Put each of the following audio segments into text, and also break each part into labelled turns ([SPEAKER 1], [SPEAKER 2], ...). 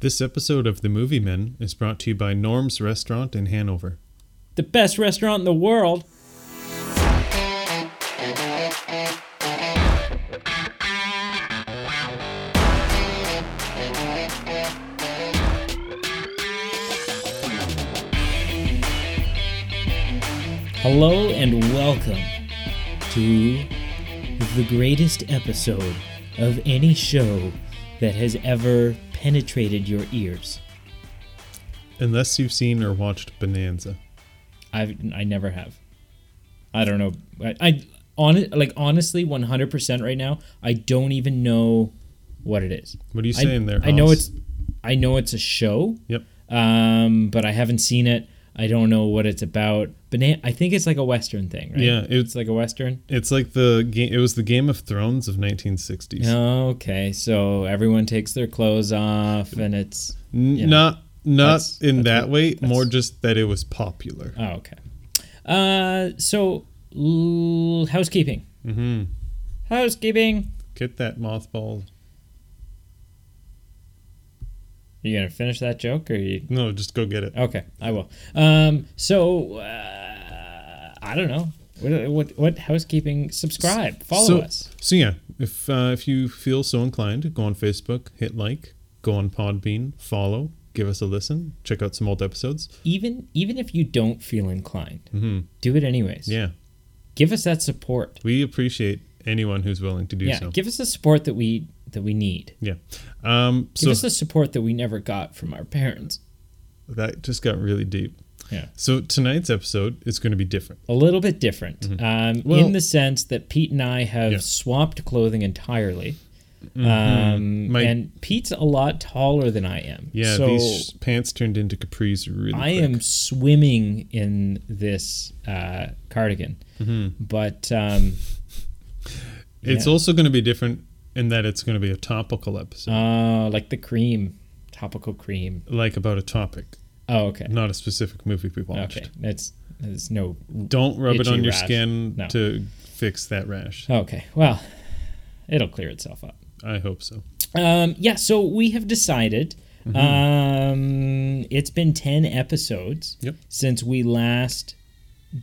[SPEAKER 1] This episode of The Movie Men is brought to you by Norm's Restaurant in Hanover.
[SPEAKER 2] The best restaurant in the world. Hello and welcome to the greatest episode of any show that has ever penetrated your ears.
[SPEAKER 1] Unless you've seen or watched Bonanza.
[SPEAKER 2] I've I never have. I don't know. I, I on like honestly, one hundred percent right now. I don't even know what it is.
[SPEAKER 1] What are you
[SPEAKER 2] I-
[SPEAKER 1] saying there?
[SPEAKER 2] I know
[SPEAKER 1] Haas?
[SPEAKER 2] it's, I know it's a show,
[SPEAKER 1] Yep.
[SPEAKER 2] um, but I haven't seen it. I don't know what it's about. Banana. I think it's like a western thing, right?
[SPEAKER 1] Yeah,
[SPEAKER 2] it's
[SPEAKER 1] it's
[SPEAKER 2] like a western.
[SPEAKER 1] it's like the game. It was the Game of Thrones of 1960s.
[SPEAKER 2] Okay, so everyone takes their clothes off, and it's
[SPEAKER 1] N-
[SPEAKER 2] yeah.
[SPEAKER 1] Not not
[SPEAKER 2] That's-
[SPEAKER 1] in
[SPEAKER 2] that's
[SPEAKER 1] that
[SPEAKER 2] what-
[SPEAKER 1] way.
[SPEAKER 2] that's-
[SPEAKER 1] More just that it was popular.
[SPEAKER 2] oh, okay. Uh, so l- housekeeping,
[SPEAKER 1] Mm-hmm.
[SPEAKER 2] housekeeping.
[SPEAKER 1] Get that mothball.
[SPEAKER 2] You gonna finish that joke, or you?
[SPEAKER 1] No, just go get it.
[SPEAKER 2] Okay, I will. Um, so uh, I don't know. What, what what housekeeping? Subscribe, follow
[SPEAKER 1] so,
[SPEAKER 2] us.
[SPEAKER 1] So yeah, if uh, if you feel so inclined, go on Facebook, hit like, go on Podbean, follow, give us a listen, check out some old episodes.
[SPEAKER 2] Even even if you don't feel inclined,
[SPEAKER 1] Mhm.
[SPEAKER 2] do it anyways.
[SPEAKER 1] Yeah,
[SPEAKER 2] Give us that support.
[SPEAKER 1] we appreciate anyone who's willing to do
[SPEAKER 2] yeah,
[SPEAKER 1] so.
[SPEAKER 2] give us the support that we that we need.
[SPEAKER 1] yeah. Um.
[SPEAKER 2] Give
[SPEAKER 1] So
[SPEAKER 2] us the support that we never got from our parents.
[SPEAKER 1] that just got really deep.
[SPEAKER 2] Yeah.
[SPEAKER 1] So tonight's episode is going to be different.
[SPEAKER 2] A little bit different, um,
[SPEAKER 1] Mm-hmm. Well-
[SPEAKER 2] in the sense that Pete and I have
[SPEAKER 1] Yeah. Mm-hmm.
[SPEAKER 2] swapped clothing entirely. Um,
[SPEAKER 1] My-
[SPEAKER 2] and Pete's a lot taller than I am.
[SPEAKER 1] Yeah.
[SPEAKER 2] so
[SPEAKER 1] these pants turned into capris really.
[SPEAKER 2] I
[SPEAKER 1] quick.
[SPEAKER 2] am swimming in this uh, cardigan, but um,
[SPEAKER 1] It's
[SPEAKER 2] yeah.
[SPEAKER 1] also going to be different in that it's going to be a topical episode,
[SPEAKER 2] uh, like the cream, topical cream.
[SPEAKER 1] like about a topic,
[SPEAKER 2] Oh, okay,
[SPEAKER 1] not a specific movie we watched.
[SPEAKER 2] okay, that's that's no.
[SPEAKER 1] Don't rub it
[SPEAKER 2] Itchy
[SPEAKER 1] on your
[SPEAKER 2] rash.
[SPEAKER 1] skin
[SPEAKER 2] No.
[SPEAKER 1] to fix that rash.
[SPEAKER 2] Okay, well, it'll clear itself up.
[SPEAKER 1] I hope so.
[SPEAKER 2] Um, yeah, so we have decided.
[SPEAKER 1] Mm-hmm.
[SPEAKER 2] Um, it's been ten episodes
[SPEAKER 1] Yep.
[SPEAKER 2] since we last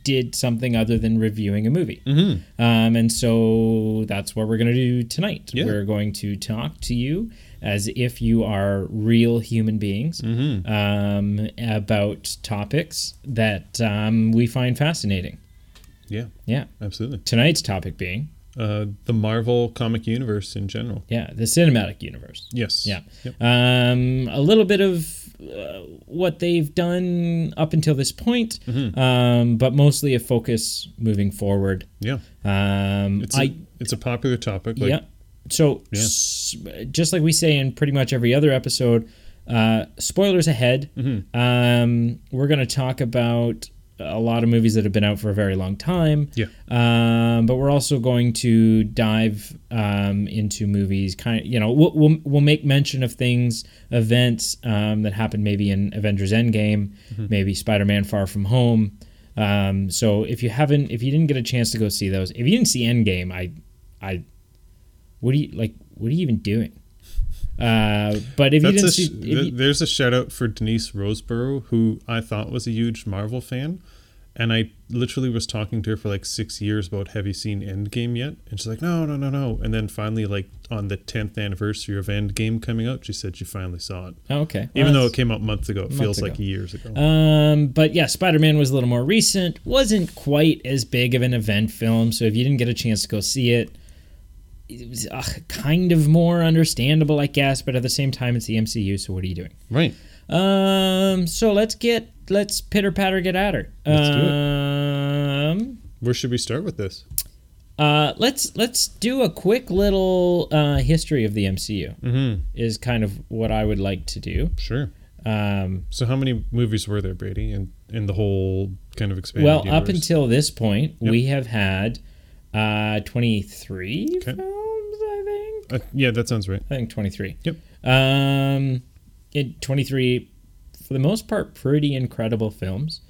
[SPEAKER 2] did something other than reviewing a movie.
[SPEAKER 1] Mm-hmm.
[SPEAKER 2] Um, and so that's what we're going to do tonight.
[SPEAKER 1] Yeah.
[SPEAKER 2] We're going to talk to you as if you are real human beings
[SPEAKER 1] Mm-hmm.
[SPEAKER 2] um, about topics that um, we find fascinating.
[SPEAKER 1] Yeah,
[SPEAKER 2] Yeah.
[SPEAKER 1] absolutely.
[SPEAKER 2] Tonight's topic being,
[SPEAKER 1] Uh, the Marvel comic universe in general.
[SPEAKER 2] yeah, the cinematic universe.
[SPEAKER 1] Yes.
[SPEAKER 2] Yeah.
[SPEAKER 1] Yep.
[SPEAKER 2] Um, a little bit of uh, what they've done up until this point,
[SPEAKER 1] Mm-hmm.
[SPEAKER 2] um, but mostly a focus moving forward.
[SPEAKER 1] Yeah.
[SPEAKER 2] Um,
[SPEAKER 1] It's a
[SPEAKER 2] I.
[SPEAKER 1] it's a popular topic. Like,
[SPEAKER 2] yeah. So,
[SPEAKER 1] Yeah.
[SPEAKER 2] s- just like we say in pretty much every other episode, uh, spoilers ahead.
[SPEAKER 1] Mm-hmm.
[SPEAKER 2] Um, we're going to talk about a lot of movies that have been out for a very long time.
[SPEAKER 1] Yeah.
[SPEAKER 2] Um, but we're also going to dive um, into movies. Kind of, you know, we'll, we'll we'll make mention of things, events um, that happened maybe in Avengers Endgame,
[SPEAKER 1] Mm-hmm.
[SPEAKER 2] maybe Spider-Man: Far From Home. Um, so if you haven't, if you didn't get a chance to go see those, if you didn't see Endgame, I, I, what do you like? What are you even doing? Uh, but if you
[SPEAKER 1] That's
[SPEAKER 2] didn't
[SPEAKER 1] a
[SPEAKER 2] see,
[SPEAKER 1] sh-
[SPEAKER 2] if
[SPEAKER 1] th-
[SPEAKER 2] you-
[SPEAKER 1] there's a shout out for Denise Roseborough, who I thought was a huge Marvel fan. And I literally was talking to her for like six years about have you seen Endgame yet? And she's like, no, no, no, no. And then finally, like on the 10th anniversary of Endgame coming out, she said she finally saw it.
[SPEAKER 2] oh, okay,
[SPEAKER 1] Even though
[SPEAKER 2] Well, that's-
[SPEAKER 1] it came out months ago, it
[SPEAKER 2] Months
[SPEAKER 1] feels
[SPEAKER 2] ago.
[SPEAKER 1] like years ago.
[SPEAKER 2] Um, but yeah, Spider Man was a little more recent, wasn't quite as big of an event film. So if you didn't get a chance to go see it, it was uh, kind of more understandable, I guess. But at the same time, it's the MCU, so what are you doing?
[SPEAKER 1] right.
[SPEAKER 2] Um, so let's get let's pitter patter get at her.
[SPEAKER 1] Let's do it.
[SPEAKER 2] um,
[SPEAKER 1] Where should we start with this?
[SPEAKER 2] Uh, let's let's do a quick little uh, history of the MCU.
[SPEAKER 1] Mm-hmm.
[SPEAKER 2] Is kind of what I would like to do.
[SPEAKER 1] Sure.
[SPEAKER 2] Um,
[SPEAKER 1] So how many movies were there, Brady, in, in the whole kind of expanded
[SPEAKER 2] Well, up
[SPEAKER 1] universe?
[SPEAKER 2] until this point,
[SPEAKER 1] Yep.
[SPEAKER 2] we have had uh, 23
[SPEAKER 1] Okay.
[SPEAKER 2] films, I think.
[SPEAKER 1] Uh, yeah, that sounds right.
[SPEAKER 2] I think 23.
[SPEAKER 1] Yep.
[SPEAKER 2] Um, it, 23, for the most part, pretty incredible films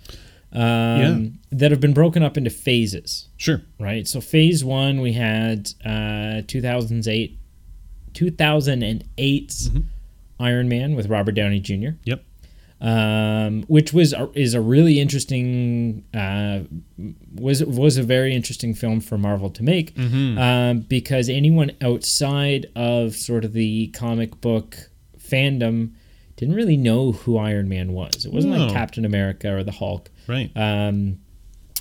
[SPEAKER 2] um, that have been broken up into phases,
[SPEAKER 1] Sure.
[SPEAKER 2] right? So, phase one, we had uh, 2008, 2008's Iron Man with Robert Downey Jr.,
[SPEAKER 1] Mm-hmm. Yep.
[SPEAKER 2] um, which was is a really interesting uh, was was a very interesting film for Marvel to make
[SPEAKER 1] Mm-hmm.
[SPEAKER 2] um, because anyone outside of sort of the comic book fandom didn't really know who Iron Man was. It wasn't like
[SPEAKER 1] No.
[SPEAKER 2] Captain America or the Hulk.
[SPEAKER 1] Right.
[SPEAKER 2] Um,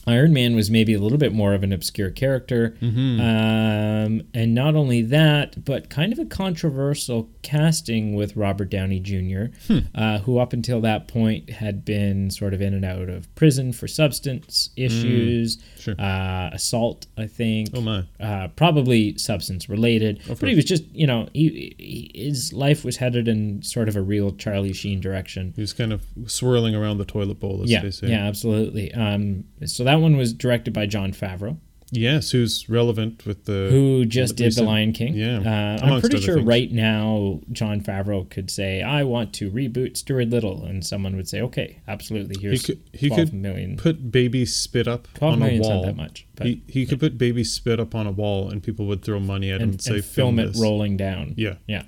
[SPEAKER 2] Iron Man was maybe a little bit more of an obscure character.
[SPEAKER 1] Mm-hmm.
[SPEAKER 2] Um, and not only that, but kind of a controversial casting with Robert Downey Jr.,
[SPEAKER 1] Hmm.
[SPEAKER 2] uh, who up until that point had been sort of in and out of prison for substance issues,
[SPEAKER 1] Mm, sure.
[SPEAKER 2] uh, assault, I think.
[SPEAKER 1] Oh, my.
[SPEAKER 2] Uh, probably substance related, but he was just, you know, he, he, his life was headed in sort of a real Charlie Sheen direction.
[SPEAKER 1] He was kind of swirling around the toilet bowl, as
[SPEAKER 2] Yeah,
[SPEAKER 1] they say.
[SPEAKER 2] yeah, absolutely. Um, so that one was directed by John Favreau,
[SPEAKER 1] Yes, who's relevant with the.
[SPEAKER 2] who just did The
[SPEAKER 1] recent-
[SPEAKER 2] Lion King.
[SPEAKER 1] yeah,
[SPEAKER 2] uh, I'm
[SPEAKER 1] amongst
[SPEAKER 2] pretty
[SPEAKER 1] other
[SPEAKER 2] sure
[SPEAKER 1] things.
[SPEAKER 2] right now John Favreau could say, "I want to reboot Stuart Little," and someone would say, "Okay, absolutely.
[SPEAKER 1] He
[SPEAKER 2] Here's
[SPEAKER 1] could, he
[SPEAKER 2] twelve
[SPEAKER 1] could
[SPEAKER 2] million."
[SPEAKER 1] put baby spit up
[SPEAKER 2] 12
[SPEAKER 1] on a
[SPEAKER 2] million's
[SPEAKER 1] wall.
[SPEAKER 2] not that much, but
[SPEAKER 1] he he could put baby spit up on a wall and people would throw money at him
[SPEAKER 2] and,
[SPEAKER 1] and, say,
[SPEAKER 2] and film, it
[SPEAKER 1] this."
[SPEAKER 2] rolling down.
[SPEAKER 1] Yeah.
[SPEAKER 2] Yeah.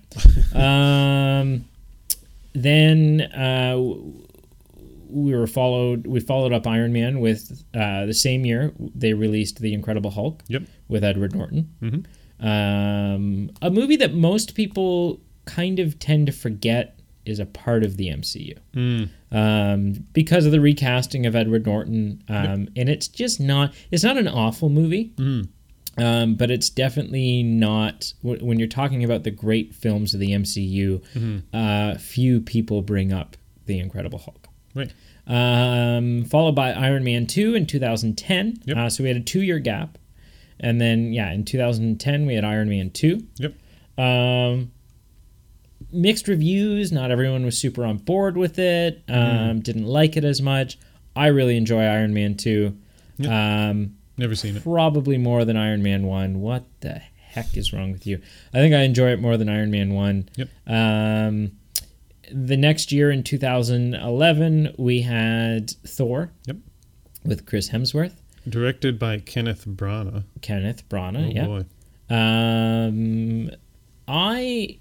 [SPEAKER 2] um, then uh, w- we were followed. We followed up Iron Man with uh, the same year they released the Incredible Hulk.
[SPEAKER 1] Yep.
[SPEAKER 2] With Edward Norton. Um, a movie that most people kind of tend to forget is a part of the MCU um, because of the recasting of Edward Norton. Um, And it's just not. It's not an awful movie. Um, but it's definitely not wh- when you're talking about the great films of the MCU.
[SPEAKER 1] Mm-hmm.
[SPEAKER 2] Uh, few people bring up the Incredible Hulk.
[SPEAKER 1] Right.
[SPEAKER 2] Um, followed by Iron Man 2 in 2010.
[SPEAKER 1] Yep.
[SPEAKER 2] Uh, so we had a two year gap. And then, yeah, in 2010, we had Iron Man 2.
[SPEAKER 1] Yep.
[SPEAKER 2] Um, mixed reviews. Not everyone was super on board with it. Um,
[SPEAKER 1] Mm-hmm.
[SPEAKER 2] Didn't like it as much. I really enjoy Iron Man 2. Um,
[SPEAKER 1] Never seen it.
[SPEAKER 2] probably more than Iron Man 1. What the heck is wrong with you? I think I enjoy it more than Iron Man 1.
[SPEAKER 1] Yep.
[SPEAKER 2] Um, the next year in 2011, we had Thor
[SPEAKER 1] Yep.
[SPEAKER 2] with Chris Hemsworth,
[SPEAKER 1] Directed by Kenneth Branagh.
[SPEAKER 2] Kenneth
[SPEAKER 1] Oh
[SPEAKER 2] Branagh. Uh, yeah.
[SPEAKER 1] boy.
[SPEAKER 2] Um, I,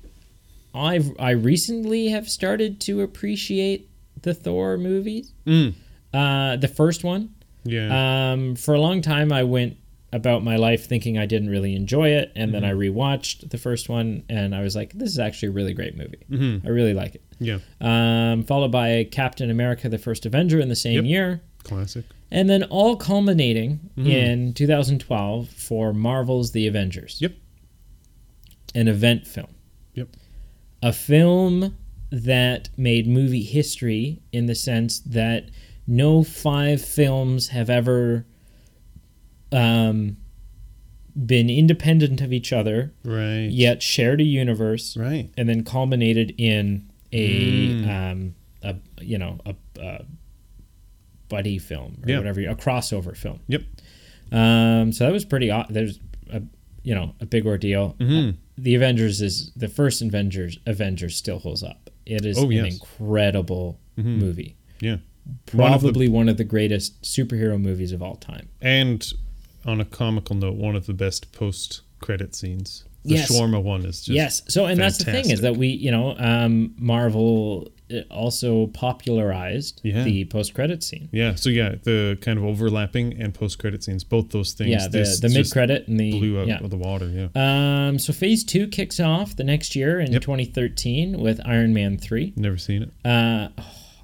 [SPEAKER 2] I've I recently have started to appreciate the Thor movies.
[SPEAKER 1] Mm.
[SPEAKER 2] Uh, the first one,
[SPEAKER 1] Yeah.
[SPEAKER 2] um, for a long time, I went about my life thinking I didn't really enjoy it, and then I
[SPEAKER 1] Mm-hmm.
[SPEAKER 2] rewatched the first one, and I was like, "This is actually a really great movie.
[SPEAKER 1] Mm-hmm.
[SPEAKER 2] I really like it."
[SPEAKER 1] yeah.
[SPEAKER 2] Um, followed by Captain America: The First Avenger in the
[SPEAKER 1] Yep.
[SPEAKER 2] same year,
[SPEAKER 1] Classic.
[SPEAKER 2] and then all culminating
[SPEAKER 1] Mm-hmm.
[SPEAKER 2] in 2012 for Marvel's The Avengers.
[SPEAKER 1] Yep.
[SPEAKER 2] An event film.
[SPEAKER 1] Yep.
[SPEAKER 2] A film that made movie history in the sense that no five films have ever um, been independent of each other,
[SPEAKER 1] Right.
[SPEAKER 2] yet shared a universe
[SPEAKER 1] Right.
[SPEAKER 2] and then culminated in a
[SPEAKER 1] Mm.
[SPEAKER 2] um a you know a, a buddy film or
[SPEAKER 1] Yeah.
[SPEAKER 2] whatever a crossover film
[SPEAKER 1] Yep.
[SPEAKER 2] um so that was pretty aw- there's a you know a big ordeal
[SPEAKER 1] Mm. Mm-hmm.
[SPEAKER 2] Uh, the avengers is the first avengers avengers still holds up it is
[SPEAKER 1] Oh,
[SPEAKER 2] an
[SPEAKER 1] yes. Mm-hmm.
[SPEAKER 2] incredible movie
[SPEAKER 1] Yeah. One of the-
[SPEAKER 2] probably one of the greatest superhero movies of all time
[SPEAKER 1] and on a comical note, one of the best post credit scenes. The
[SPEAKER 2] Yes.
[SPEAKER 1] shawarma one is just
[SPEAKER 2] yes so and that's the thing is
[SPEAKER 1] fantastic.
[SPEAKER 2] that we you know um marvel uh, also popularized
[SPEAKER 1] Yeah.
[SPEAKER 2] the post-credit scene
[SPEAKER 1] Yeah. So yeah, the kind of overlapping and post credit scenes, both those things.
[SPEAKER 2] Yeah, the,
[SPEAKER 1] this
[SPEAKER 2] the
[SPEAKER 1] just
[SPEAKER 2] mid credit and the
[SPEAKER 1] blew out
[SPEAKER 2] yeah.
[SPEAKER 1] of the water. Yeah.
[SPEAKER 2] Um, so phase two kicks off the next year in
[SPEAKER 1] Yep.
[SPEAKER 2] 2013 with Iron Man three.
[SPEAKER 1] Never seen it.
[SPEAKER 2] Uh,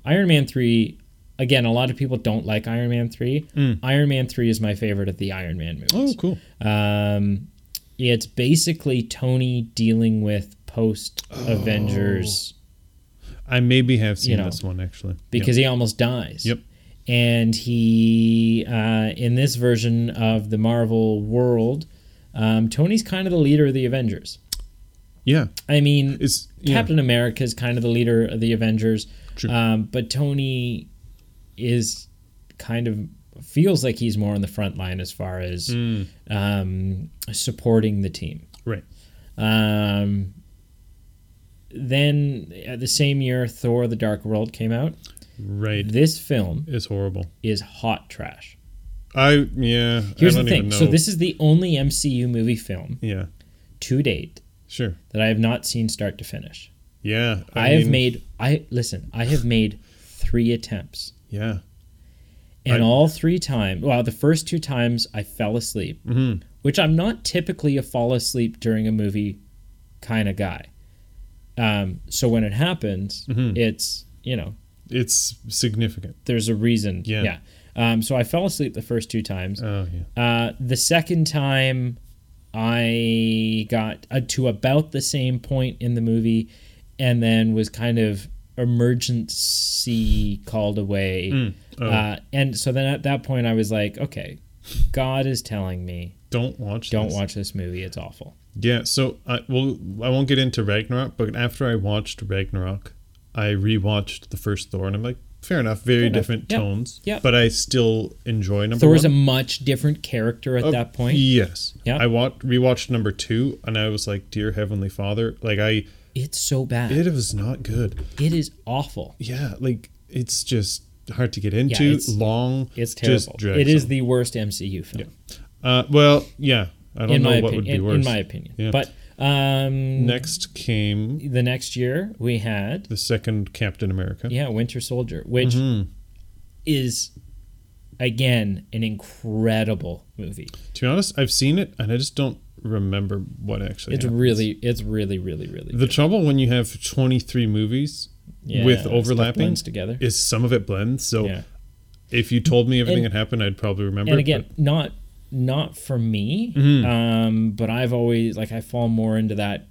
[SPEAKER 2] Iron Man three, again, a lot of people don't like Iron Man three. Iron Man three is my favorite of the Iron Man
[SPEAKER 1] Mm. Oh,
[SPEAKER 2] movies.
[SPEAKER 1] cool.
[SPEAKER 2] Um, it's basically Tony dealing with post Avengers
[SPEAKER 1] Oh, I maybe have seen
[SPEAKER 2] You know,
[SPEAKER 1] this one actually.
[SPEAKER 2] because he almost dies.
[SPEAKER 1] Yep.
[SPEAKER 2] And he, uh, in this version of the Marvel world, um, Tony's kind of the leader of the Avengers.
[SPEAKER 1] yeah,
[SPEAKER 2] I mean,
[SPEAKER 1] it's yeah,
[SPEAKER 2] Captain America is kind of the leader of the Avengers,
[SPEAKER 1] True.
[SPEAKER 2] um, but Tony is kind of feels like he's more on the front line as far as
[SPEAKER 1] Mm.
[SPEAKER 2] um, supporting the team.
[SPEAKER 1] right.
[SPEAKER 2] Um, then uh, the same year, Thor: The Dark World came out.
[SPEAKER 1] Right
[SPEAKER 2] This film
[SPEAKER 1] It's horrible.
[SPEAKER 2] is hot trash.
[SPEAKER 1] I yeah.
[SPEAKER 2] Here's
[SPEAKER 1] I don't
[SPEAKER 2] the thing.
[SPEAKER 1] Even know.
[SPEAKER 2] So this is the only MCU movie film
[SPEAKER 1] Yeah.
[SPEAKER 2] to date
[SPEAKER 1] Sure.
[SPEAKER 2] that I have not seen start to finish.
[SPEAKER 1] Yeah.
[SPEAKER 2] I, have
[SPEAKER 1] mean,
[SPEAKER 2] made I listen, I have made three attempts.
[SPEAKER 1] Yeah.
[SPEAKER 2] And
[SPEAKER 1] I-
[SPEAKER 2] all three times, well, the first two times I fell asleep,
[SPEAKER 1] mm-hmm.
[SPEAKER 2] which I'm not typically a fall asleep during a movie kind of guy. Um, so when it happens,
[SPEAKER 1] Mm-hmm.
[SPEAKER 2] it's, you know,
[SPEAKER 1] It's significant.
[SPEAKER 2] there's a reason.
[SPEAKER 1] Yeah.
[SPEAKER 2] Um, so I fell asleep the first two times.
[SPEAKER 1] Oh, yeah.
[SPEAKER 2] Uh, the second time I got uh, to about the same point in the movie and then was kind of emergency called away.
[SPEAKER 1] oh.
[SPEAKER 2] Uh, and so then at that point I was like, okay, God is telling me
[SPEAKER 1] Don't watch
[SPEAKER 2] don't
[SPEAKER 1] this.
[SPEAKER 2] watch this movie. It's awful.
[SPEAKER 1] Yeah, so I well I won't get into Ragnarok, but after I watched Ragnarok, I rewatched the first Thor and I'm like, fair enough, very
[SPEAKER 2] enough.
[SPEAKER 1] different
[SPEAKER 2] Yeah,
[SPEAKER 1] tones.
[SPEAKER 2] yeah.
[SPEAKER 1] But I still enjoy number
[SPEAKER 2] Thor was a
[SPEAKER 1] one.
[SPEAKER 2] much different character at
[SPEAKER 1] Uh,
[SPEAKER 2] that point.
[SPEAKER 1] Yes.
[SPEAKER 2] Yeah.
[SPEAKER 1] I watched rewatched number two and I was like, Dear Heavenly Father, like I
[SPEAKER 2] It's so bad.
[SPEAKER 1] it was not good.
[SPEAKER 2] it is awful.
[SPEAKER 1] Yeah, like it's just hard to get into.
[SPEAKER 2] it's-
[SPEAKER 1] long.
[SPEAKER 2] It's
[SPEAKER 1] just
[SPEAKER 2] terrible. It is
[SPEAKER 1] dragsome.
[SPEAKER 2] the worst MCU film.
[SPEAKER 1] uh well, yeah. I don't
[SPEAKER 2] in
[SPEAKER 1] know
[SPEAKER 2] my
[SPEAKER 1] what would
[SPEAKER 2] opinion,
[SPEAKER 1] be
[SPEAKER 2] in-
[SPEAKER 1] worse.
[SPEAKER 2] in my opinion.
[SPEAKER 1] Yeah.
[SPEAKER 2] But um,
[SPEAKER 1] Next came
[SPEAKER 2] the next year we had
[SPEAKER 1] the second Captain America.
[SPEAKER 2] yeah Winter Soldier, which
[SPEAKER 1] Mm-hmm.
[SPEAKER 2] is again an incredible movie.
[SPEAKER 1] To be honest, I've seen it and I just don't remember what actually.
[SPEAKER 2] It's
[SPEAKER 1] happened.
[SPEAKER 2] really, it's really, really, really
[SPEAKER 1] the
[SPEAKER 2] good.
[SPEAKER 1] trouble when you have 23 movies
[SPEAKER 2] Yeah,
[SPEAKER 1] with
[SPEAKER 2] stuff
[SPEAKER 1] overlapping
[SPEAKER 2] blends together.
[SPEAKER 1] is some of it blends. So
[SPEAKER 2] Yeah.
[SPEAKER 1] if you told me everything
[SPEAKER 2] And-
[SPEAKER 1] that happened, I'd probably remember. Mm-hmm.
[SPEAKER 2] and
[SPEAKER 1] it,
[SPEAKER 2] again, not not for me, um, but I've always like I fall more into that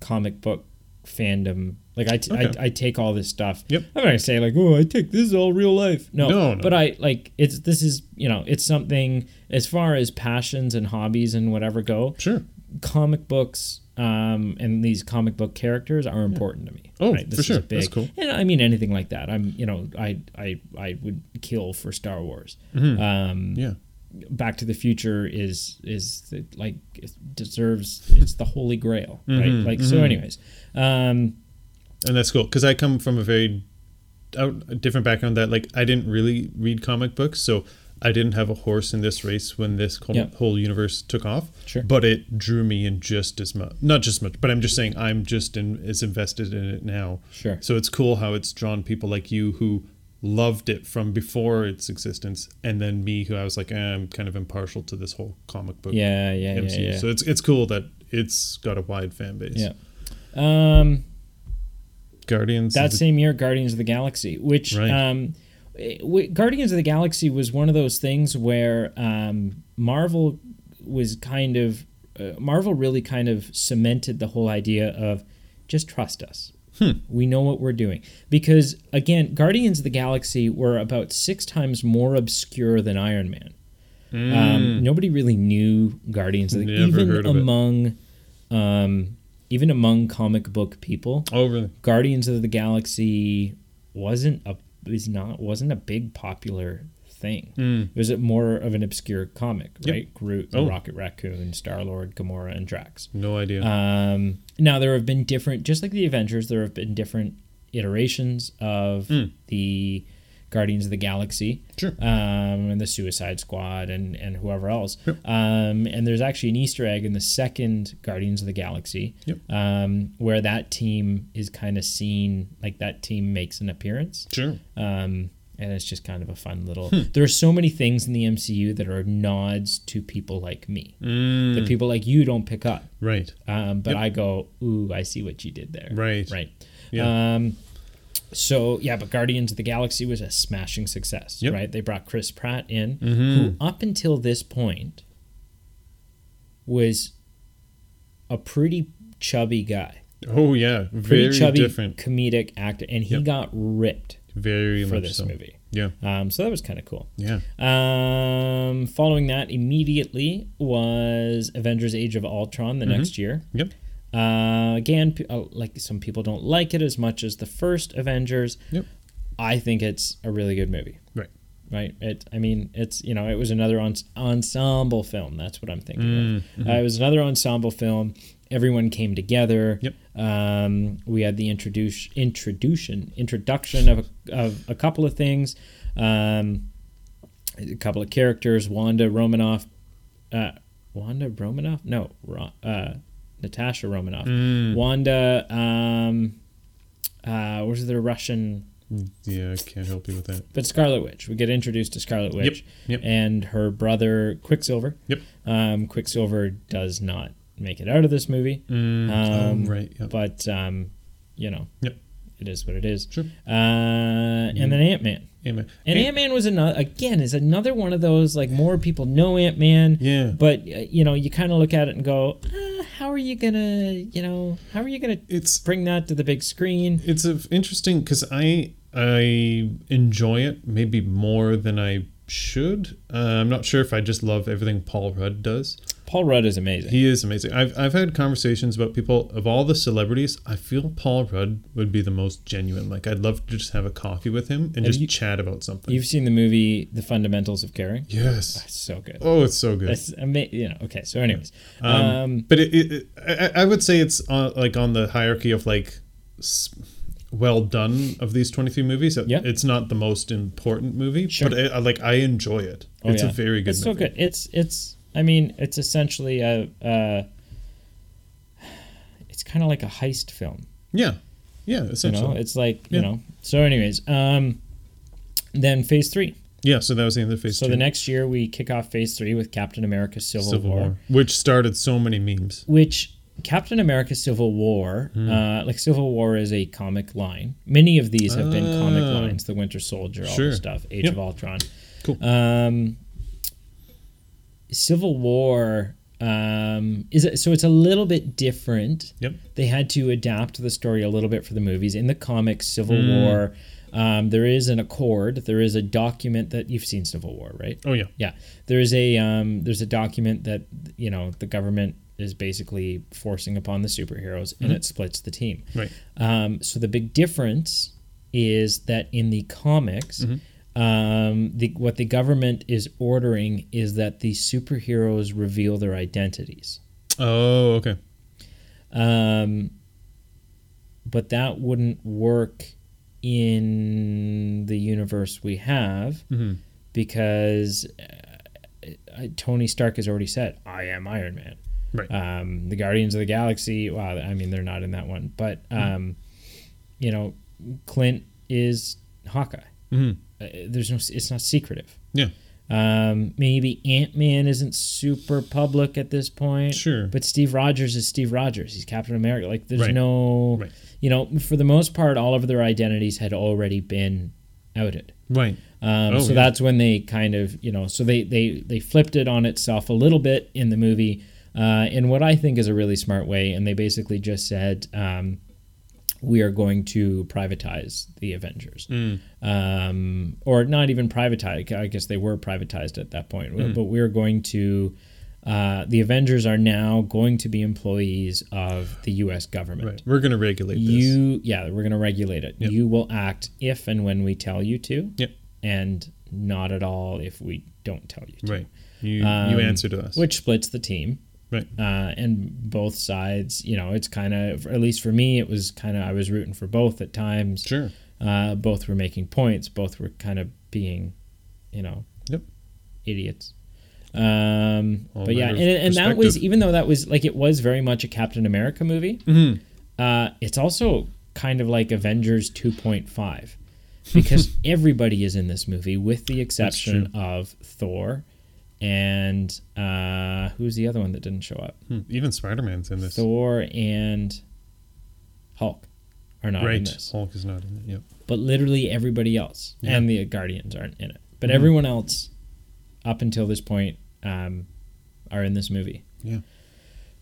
[SPEAKER 2] comic book fandom. Like I, t- I-
[SPEAKER 1] Okay.
[SPEAKER 2] I, take all this stuff.
[SPEAKER 1] Yep.
[SPEAKER 2] I'm not gonna say like, oh, I take this is all real life. No,
[SPEAKER 1] No, no.
[SPEAKER 2] But I like it's this is you know it's something as far as passions and hobbies and whatever go.
[SPEAKER 1] but- sure.
[SPEAKER 2] Comic books um, and these comic book characters are important to me.
[SPEAKER 1] Oh,
[SPEAKER 2] This
[SPEAKER 1] for
[SPEAKER 2] is
[SPEAKER 1] sure.
[SPEAKER 2] a big-
[SPEAKER 1] That's cool.
[SPEAKER 2] And I mean anything like that. I'm you know I I I would kill for Star Wars. Um,
[SPEAKER 1] Mm-hmm. Yeah.
[SPEAKER 2] Back to the Future is is the, like it deserves it's the holy grail, right?
[SPEAKER 1] Mm-hmm.
[SPEAKER 2] Like so. Anyways, um,
[SPEAKER 1] And that's cool because I come from a very out, a different background that like I didn't really read comic books. So I didn't have a horse in this race when this whole,
[SPEAKER 2] Yeah.
[SPEAKER 1] whole universe took off.
[SPEAKER 2] Sure.
[SPEAKER 1] But it drew me in just as much. Not just much, but I'm just saying I'm just in, as invested in it now.
[SPEAKER 2] Sure.
[SPEAKER 1] So it's cool how it's drawn people like you who loved it from before its existence and then me who I was like eh, I'm kind of impartial to this whole comic book
[SPEAKER 2] yeah, yeah, yeah,
[SPEAKER 1] MCU.
[SPEAKER 2] yeah.
[SPEAKER 1] So it's it's cool that it's got a wide fan base.
[SPEAKER 2] yeah. Um,
[SPEAKER 1] Guardians
[SPEAKER 2] that
[SPEAKER 1] is
[SPEAKER 2] same year, Guardians of the Galaxy, which
[SPEAKER 1] Right.
[SPEAKER 2] um, eh, w- Guardians of the Galaxy was one of those things where um, Marvel was kind of uh, Marvel really kind of cemented the whole idea of just trust us.
[SPEAKER 1] Hmm.
[SPEAKER 2] We know what we're doing because again, Guardians of the Galaxy were about six times more obscure than Iron Man. Um, nobody really knew Guardians of the
[SPEAKER 1] Hmm. Never
[SPEAKER 2] even
[SPEAKER 1] heard of it.
[SPEAKER 2] among um, even among comic book people.
[SPEAKER 1] the, oh really?
[SPEAKER 2] Guardians of the Galaxy wasn't a is not wasn't a big popular thing. It was a more of an obscure comic,
[SPEAKER 1] Hmm. Yep.
[SPEAKER 2] right? Groot, the
[SPEAKER 1] Oh.
[SPEAKER 2] Rocket Raccoon, Star Lord, Gamora, and Drax.
[SPEAKER 1] No idea.
[SPEAKER 2] Um, now there have been different, just like the Avengers, there have been different iterations of
[SPEAKER 1] Hmm.
[SPEAKER 2] the Guardians of the Galaxy,
[SPEAKER 1] Sure.
[SPEAKER 2] um, and the Suicide Squad, and and whoever else. Um, and there's actually an Easter egg in the second Guardians of the Galaxy,
[SPEAKER 1] Yep.
[SPEAKER 2] um, where that team is kind of seen, like that team makes an appearance.
[SPEAKER 1] sure.
[SPEAKER 2] Um, and it's just kind of a fun little.
[SPEAKER 1] Hmm.
[SPEAKER 2] There are so many things in the MCU that are nods to people like me,
[SPEAKER 1] Mm.
[SPEAKER 2] that people like you don't pick up.
[SPEAKER 1] Right.
[SPEAKER 2] Um, but I go, ooh, I see what you did there.
[SPEAKER 1] Right.
[SPEAKER 2] Right.
[SPEAKER 1] Yeah.
[SPEAKER 2] Um, so yeah, but Guardians of the Galaxy was a smashing success,
[SPEAKER 1] Yep. Mm-hmm.
[SPEAKER 2] right? They brought Chris Pratt in, who up until this point was a pretty chubby guy,
[SPEAKER 1] Oh yeah,
[SPEAKER 2] pretty
[SPEAKER 1] very
[SPEAKER 2] chubby
[SPEAKER 1] different,
[SPEAKER 2] comedic actor, and he
[SPEAKER 1] Yep.
[SPEAKER 2] got ripped
[SPEAKER 1] very
[SPEAKER 2] for
[SPEAKER 1] much
[SPEAKER 2] this
[SPEAKER 1] so.
[SPEAKER 2] movie.
[SPEAKER 1] Yeah,
[SPEAKER 2] Um, so that was kind of cool.
[SPEAKER 1] yeah.
[SPEAKER 2] Um, following that immediately was Avengers: Age of Ultron the next year.
[SPEAKER 1] Mm-hmm. Yep.
[SPEAKER 2] Uh, again, p- uh, like some people don't like it as much as the first Avengers.
[SPEAKER 1] Yep.
[SPEAKER 2] I think it's a really good movie.
[SPEAKER 1] Right.
[SPEAKER 2] Right. It. I mean, it's you know, it was another ens- ensemble film. That's what I'm thinking. of.
[SPEAKER 1] Mm-hmm.
[SPEAKER 2] Uh, it was another ensemble film. Everyone came together.
[SPEAKER 1] Yep.
[SPEAKER 2] Um, we had the introduce introduction introduction of a, of a couple of things. Um, a couple of characters, Wanda Romanoff, uh, Wanda Romanoff? No, Ro- uh, Natasha Romanoff.
[SPEAKER 1] Mm.
[SPEAKER 2] Wanda, um, uh, was the Russian?
[SPEAKER 1] Mm, Yeah, I can't help you with that.
[SPEAKER 2] But Scarlet Witch. We get introduced to Scarlet Witch
[SPEAKER 1] yep.
[SPEAKER 2] and her brother Quicksilver.
[SPEAKER 1] Yep.
[SPEAKER 2] Um, Quicksilver does not make it out of this movie,
[SPEAKER 1] Oh,
[SPEAKER 2] Um,
[SPEAKER 1] right. Yep.
[SPEAKER 2] but um, you know,
[SPEAKER 1] Yep.
[SPEAKER 2] it is what it is.
[SPEAKER 1] Sure.
[SPEAKER 2] Uh, and then Ant Man.
[SPEAKER 1] Ant-Man.
[SPEAKER 2] And
[SPEAKER 1] Ant-
[SPEAKER 2] Ant Man was another again is another one of those like more people know Ant Man.
[SPEAKER 1] Yeah.
[SPEAKER 2] But uh, you know, you kind of look at it and go, uh, how are you gonna, you know, how are you gonna
[SPEAKER 1] it's
[SPEAKER 2] bring that to the big screen?
[SPEAKER 1] it's a, interesting because I I enjoy it maybe more than I should. Uh, I'm not sure if I just love everything Paul Rudd does.
[SPEAKER 2] Paul Rudd is amazing.
[SPEAKER 1] He is amazing. I've I've had conversations about people of all the celebrities. I feel Paul Rudd would be the most genuine. Like I'd love to just have a coffee with him and
[SPEAKER 2] Have
[SPEAKER 1] just
[SPEAKER 2] you-
[SPEAKER 1] chat about something.
[SPEAKER 2] You've seen the movie The Fundamentals of Caring.
[SPEAKER 1] yes.
[SPEAKER 2] It's so good.
[SPEAKER 1] Oh, it's so good.
[SPEAKER 2] That's ama- you know. Okay, so anyways,
[SPEAKER 1] Um,
[SPEAKER 2] um,
[SPEAKER 1] but it, it, it- I, I would say it's on, like on the hierarchy of like s- well done of these 23 movies. It-
[SPEAKER 2] Yeah.
[SPEAKER 1] It's not the most important movie,
[SPEAKER 2] Sure.
[SPEAKER 1] but I, I- like I enjoy it.
[SPEAKER 2] Oh,
[SPEAKER 1] it's a
[SPEAKER 2] yeah.
[SPEAKER 1] very good
[SPEAKER 2] it's so
[SPEAKER 1] movie.
[SPEAKER 2] good. It's it's. I mean, it's essentially a. Uh, it's kind of like a heist film.
[SPEAKER 1] Yeah. Yeah,
[SPEAKER 2] You know,
[SPEAKER 1] essentially.
[SPEAKER 2] it's like
[SPEAKER 1] Yeah.
[SPEAKER 2] you know. So anyways, um, then Phase Three.
[SPEAKER 1] yeah, so that was the end of phase
[SPEAKER 2] So
[SPEAKER 1] two.
[SPEAKER 2] the next year we kick off Phase Three with Captain America: Civil,
[SPEAKER 1] Civil
[SPEAKER 2] War,
[SPEAKER 1] War. which started so many memes.
[SPEAKER 2] which Captain America: Civil War,
[SPEAKER 1] Hmm.
[SPEAKER 2] uh, like Civil War, is a comic line. Many of these have been comic
[SPEAKER 1] Ah.
[SPEAKER 2] lines: The Winter Soldier, all
[SPEAKER 1] Sure.
[SPEAKER 2] this stuff, Age
[SPEAKER 1] Yep.
[SPEAKER 2] of Ultron.
[SPEAKER 1] Cool.
[SPEAKER 2] Um, Civil War um, is it, so it's a little bit different.
[SPEAKER 1] Yep.
[SPEAKER 2] They had to adapt the story a little bit for the movies. In the comics, Civil
[SPEAKER 1] Hmm.
[SPEAKER 2] War, um, there is an accord. There is a document that you've seen Civil War, right?
[SPEAKER 1] Oh yeah.
[SPEAKER 2] Yeah, there is a um, there's a document that you know the government is basically forcing upon the superheroes, and it splits the team.
[SPEAKER 1] Right.
[SPEAKER 2] Um, so the big difference is that in the comics, um, the, what the government is ordering is that the superheroes reveal their identities.
[SPEAKER 1] Oh, okay.
[SPEAKER 2] Um, but that wouldn't work in the universe we have
[SPEAKER 1] Mhm.
[SPEAKER 2] because uh, uh, Tony Stark has already said, "I am Iron Man."
[SPEAKER 1] Right.
[SPEAKER 2] Um, the Guardians of the Galaxy. Wow, I mean they're not in that one, but
[SPEAKER 1] Hmm.
[SPEAKER 2] um, you know, Clint is Hawkeye.
[SPEAKER 1] Mhm.
[SPEAKER 2] Uh, there's no. It's not secretive.
[SPEAKER 1] Yeah.
[SPEAKER 2] Um, maybe Ant Man isn't super public at this point.
[SPEAKER 1] Sure.
[SPEAKER 2] But Steve Rogers is Steve Rogers. He's Captain America. Like there's
[SPEAKER 1] Right.
[SPEAKER 2] no,
[SPEAKER 1] Right.
[SPEAKER 2] you know, for the most part, all of their identities had already been outed.
[SPEAKER 1] Right.
[SPEAKER 2] Um,
[SPEAKER 1] Oh,
[SPEAKER 2] so
[SPEAKER 1] yeah.
[SPEAKER 2] that's when they kind of, you know, so they they they flipped it on itself a little bit in the movie, uh, in what I think is a really smart way. And they basically just said, um, we are going to privatize the Avengers,
[SPEAKER 1] Hmm.
[SPEAKER 2] um, or not even privatized. I guess they were privatized at that point,
[SPEAKER 1] Hmm.
[SPEAKER 2] but we're going to. Uh, the Avengers are now going to be employees of the U.S. government.
[SPEAKER 1] Right. We're gonna regulate this.
[SPEAKER 2] You, yeah, we're going to regulate it.
[SPEAKER 1] Yep.
[SPEAKER 2] You will act if and when we tell you to.
[SPEAKER 1] Yep.
[SPEAKER 2] And not at all if we don't tell you to.
[SPEAKER 1] right. You
[SPEAKER 2] Um,
[SPEAKER 1] you answer to us.
[SPEAKER 2] Which splits the team.
[SPEAKER 1] right.
[SPEAKER 2] Uh, and both sides, you know, it's kind of, at least for me, it was kind of, I was rooting for both at times.
[SPEAKER 1] Sure.
[SPEAKER 2] Uh, both were making points. Both were kind of being, you know,
[SPEAKER 1] Yep.
[SPEAKER 2] idiots. Um,
[SPEAKER 1] All
[SPEAKER 2] but yeah,
[SPEAKER 1] matter of
[SPEAKER 2] and, and that was
[SPEAKER 1] perspective.
[SPEAKER 2] even though that was like it was very much a Captain America movie.
[SPEAKER 1] Mhm.
[SPEAKER 2] Uh, it's also kind of like Avengers 2.5 because everybody is in this movie with the exception of Thor and uh, who's the other one that didn't show up?
[SPEAKER 1] Hmm. Even Spider Man's in this.
[SPEAKER 2] Thor and Hulk are not in
[SPEAKER 1] right.
[SPEAKER 2] this
[SPEAKER 1] Hulk is not in it. Yep.
[SPEAKER 2] but literally everybody else
[SPEAKER 1] Yeah. Mm-hmm.
[SPEAKER 2] and the Guardians aren't in it. But everyone else, up until this point, um, are in this movie.
[SPEAKER 1] Yeah.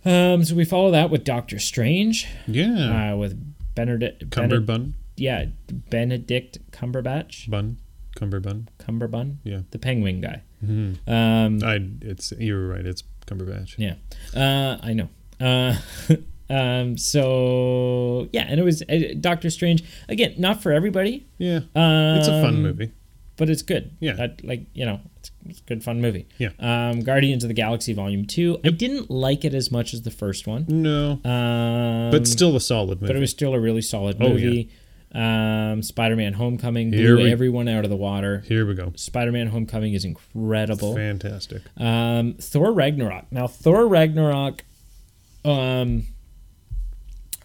[SPEAKER 2] Um, so we follow that with Doctor Strange,
[SPEAKER 1] Yeah.
[SPEAKER 2] uh, with Benedict, Benedict,
[SPEAKER 1] Cumberbun.
[SPEAKER 2] yeah, Benedict Cumberbatch,
[SPEAKER 1] Bun. Cumberbun.
[SPEAKER 2] Cumberbun,
[SPEAKER 1] Yeah.
[SPEAKER 2] the Penguin guy.
[SPEAKER 1] Mhm.
[SPEAKER 2] Um,
[SPEAKER 1] I. It's you were right. It's Cumberbatch.
[SPEAKER 2] Yeah, uh, I know. Uh, um, so yeah, and it was uh, Doctor Strange again. Not for everybody.
[SPEAKER 1] Yeah.
[SPEAKER 2] Um,
[SPEAKER 1] It's a fun movie.
[SPEAKER 2] but it's good.
[SPEAKER 1] Yeah.
[SPEAKER 2] That, like you know, it's, it's a good fun movie.
[SPEAKER 1] Yeah.
[SPEAKER 2] Um, Guardians of the Galaxy Volume Two. I didn't like it as much as the first one,
[SPEAKER 1] No,
[SPEAKER 2] um,
[SPEAKER 1] but still a solid movie.
[SPEAKER 2] but it was still a really solid
[SPEAKER 1] Oh, yeah.
[SPEAKER 2] movie. Um, Spider-Man: Homecoming
[SPEAKER 1] Here
[SPEAKER 2] blew
[SPEAKER 1] we-
[SPEAKER 2] everyone out of the water.
[SPEAKER 1] Here we go.
[SPEAKER 2] Spider-Man: Homecoming is incredible.
[SPEAKER 1] Fantastic.
[SPEAKER 2] Um, Thor Ragnarok. Now Thor Ragnarok, um,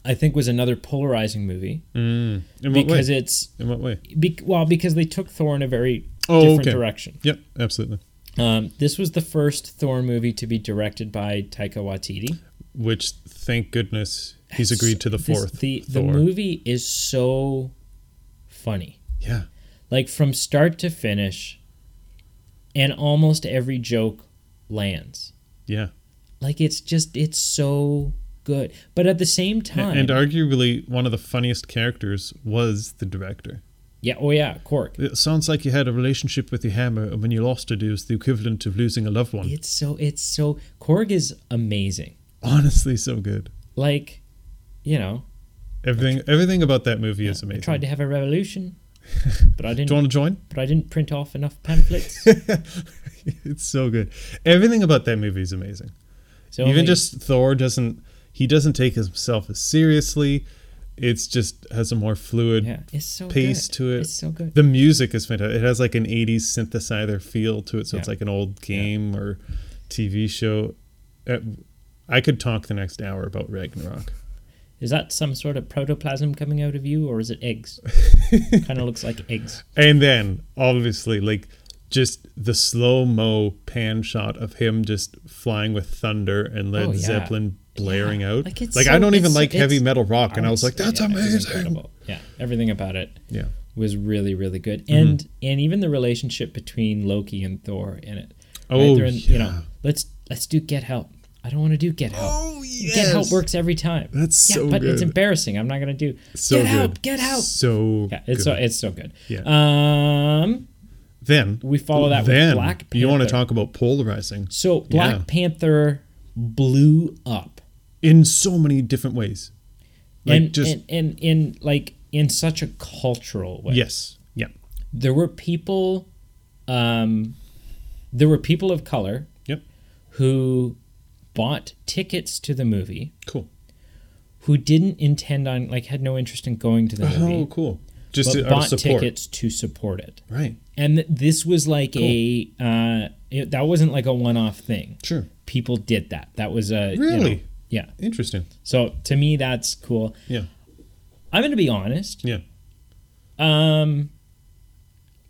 [SPEAKER 2] I think was another polarizing movie
[SPEAKER 1] Mm. In what
[SPEAKER 2] because
[SPEAKER 1] way?
[SPEAKER 2] it's
[SPEAKER 1] In what way?
[SPEAKER 2] be, well because they took Thor in a very
[SPEAKER 1] Oh,
[SPEAKER 2] different
[SPEAKER 1] okay.
[SPEAKER 2] direction.
[SPEAKER 1] Yep, absolutely.
[SPEAKER 2] Um, this was the first Thor movie to be directed by Taika Waititi.
[SPEAKER 1] Which, thank goodness, he's agreed to the
[SPEAKER 2] This-
[SPEAKER 1] fourth.
[SPEAKER 2] the the
[SPEAKER 1] Thor.
[SPEAKER 2] movie is so funny,
[SPEAKER 1] Yeah,
[SPEAKER 2] like from start to finish, and almost every joke lands.
[SPEAKER 1] yeah.
[SPEAKER 2] Like it's just it's so good, but at the same
[SPEAKER 1] A-
[SPEAKER 2] time,
[SPEAKER 1] And arguably one of the funniest characters was the director.
[SPEAKER 2] yeah, oh yeah, Cork.
[SPEAKER 1] It sounds like you had a relationship with the hammer, and when you lost it, it was the equivalent of losing a loved one.
[SPEAKER 2] It's so it's so Korg is amazing.
[SPEAKER 1] Honestly, so good.
[SPEAKER 2] Like, you know,
[SPEAKER 1] Everything, everything about that movie is
[SPEAKER 2] I
[SPEAKER 1] amazing.
[SPEAKER 2] tried to have a revolution, but I
[SPEAKER 1] Do you
[SPEAKER 2] didn't.
[SPEAKER 1] want to join?
[SPEAKER 2] But I didn't print off enough pamphlets.
[SPEAKER 1] It's so good. Everything about that movie is amazing.
[SPEAKER 2] So
[SPEAKER 1] Even
[SPEAKER 2] only-
[SPEAKER 1] just Thor doesn't. He doesn't take himself as seriously. It's just has a more fluid.
[SPEAKER 2] yeah, it's so
[SPEAKER 1] pace
[SPEAKER 2] good.
[SPEAKER 1] to it.
[SPEAKER 2] It's so good.
[SPEAKER 1] The music is fantastic. It has like an '80s synthesizer feel to it, so it's
[SPEAKER 2] Yeah.
[SPEAKER 1] like an old game or TV show. Uh, I could talk the next hour about Ragnarok.
[SPEAKER 2] Is that some sort of protoplasm coming out of you, or is it eggs? kind of looks like eggs.
[SPEAKER 1] And then, obviously, like just the slow mo pan shot of him just flying with thunder and Led
[SPEAKER 2] Oh, yeah.
[SPEAKER 1] Zeppelin blaring
[SPEAKER 2] Yeah.
[SPEAKER 1] out.
[SPEAKER 2] Like, it's so-
[SPEAKER 1] I don't even
[SPEAKER 2] it's-
[SPEAKER 1] like heavy
[SPEAKER 2] it's-
[SPEAKER 1] metal rock, and I was like,
[SPEAKER 2] Honestly,
[SPEAKER 1] "That's
[SPEAKER 2] yeah, it was
[SPEAKER 1] amazing!"
[SPEAKER 2] incredible. Yeah, everything about it
[SPEAKER 1] Yeah,
[SPEAKER 2] was really, really good,
[SPEAKER 1] Mm-hmm.
[SPEAKER 2] and and even the relationship between Loki and Thor in it.
[SPEAKER 1] Oh,
[SPEAKER 2] They're in- you know,
[SPEAKER 1] yeah.
[SPEAKER 2] let's let's do get help. I don't want to do get help.
[SPEAKER 1] Oh,
[SPEAKER 2] Get help
[SPEAKER 1] yes.
[SPEAKER 2] works every time.
[SPEAKER 1] That's
[SPEAKER 2] yeah,
[SPEAKER 1] so
[SPEAKER 2] but it's
[SPEAKER 1] good.
[SPEAKER 2] embarrassing. I'm not gonna do.
[SPEAKER 1] so
[SPEAKER 2] get
[SPEAKER 1] good.
[SPEAKER 2] help. Get help.
[SPEAKER 1] So
[SPEAKER 2] Yeah, it's so
[SPEAKER 1] good.
[SPEAKER 2] it's so good.
[SPEAKER 1] Yeah.
[SPEAKER 2] Um.
[SPEAKER 1] then
[SPEAKER 2] We follow that with
[SPEAKER 1] then
[SPEAKER 2] Black
[SPEAKER 1] You want to
[SPEAKER 2] Panther.
[SPEAKER 1] talk about polarizing?
[SPEAKER 2] So Black
[SPEAKER 1] Yeah.
[SPEAKER 2] Panther blew up.
[SPEAKER 1] in so many different ways. Like
[SPEAKER 2] and,
[SPEAKER 1] just
[SPEAKER 2] and and in like in such a cultural way.
[SPEAKER 1] yes, yeah,
[SPEAKER 2] There were people um there were people of color
[SPEAKER 1] yep,
[SPEAKER 2] who bought tickets to the movie
[SPEAKER 1] cool.
[SPEAKER 2] who didn't intend on like had no interest in going to the
[SPEAKER 1] Oh,
[SPEAKER 2] movie
[SPEAKER 1] cool. Just
[SPEAKER 2] but
[SPEAKER 1] to, out
[SPEAKER 2] bought
[SPEAKER 1] of support,
[SPEAKER 2] tickets to support it.
[SPEAKER 1] right?
[SPEAKER 2] And th- this was like a uh it, that wasn't like a one-off thing.
[SPEAKER 1] Sure.
[SPEAKER 2] People did that. That was a you know,
[SPEAKER 1] Really?
[SPEAKER 2] yeah.
[SPEAKER 1] Interesting.
[SPEAKER 2] So to me that's cool.
[SPEAKER 1] Yeah,
[SPEAKER 2] I'm going to be honest.
[SPEAKER 1] yeah.
[SPEAKER 2] Um,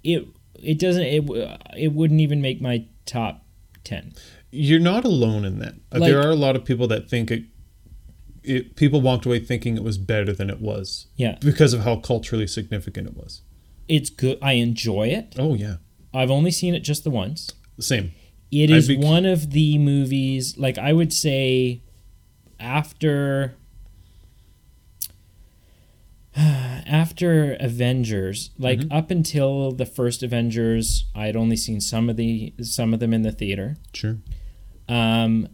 [SPEAKER 2] it it doesn't it w- it wouldn't even make my top ten.
[SPEAKER 1] You're not alone in that. Uh, there
[SPEAKER 2] Like-
[SPEAKER 1] are a lot of people that think it. It, people walked away thinking it was better than it was
[SPEAKER 2] Yeah,
[SPEAKER 1] because of how culturally significant it was.
[SPEAKER 2] it's good. I enjoy it.
[SPEAKER 1] Oh yeah,
[SPEAKER 2] I've only seen it just the once.
[SPEAKER 1] same.
[SPEAKER 2] It
[SPEAKER 1] I
[SPEAKER 2] is
[SPEAKER 1] bec-
[SPEAKER 2] one of the movies. Like I would say, after after Avengers, like
[SPEAKER 1] Mm-hmm.
[SPEAKER 2] up until the first Avengers, I had only seen some of the some of them in the theater.
[SPEAKER 1] Sure.
[SPEAKER 2] Um,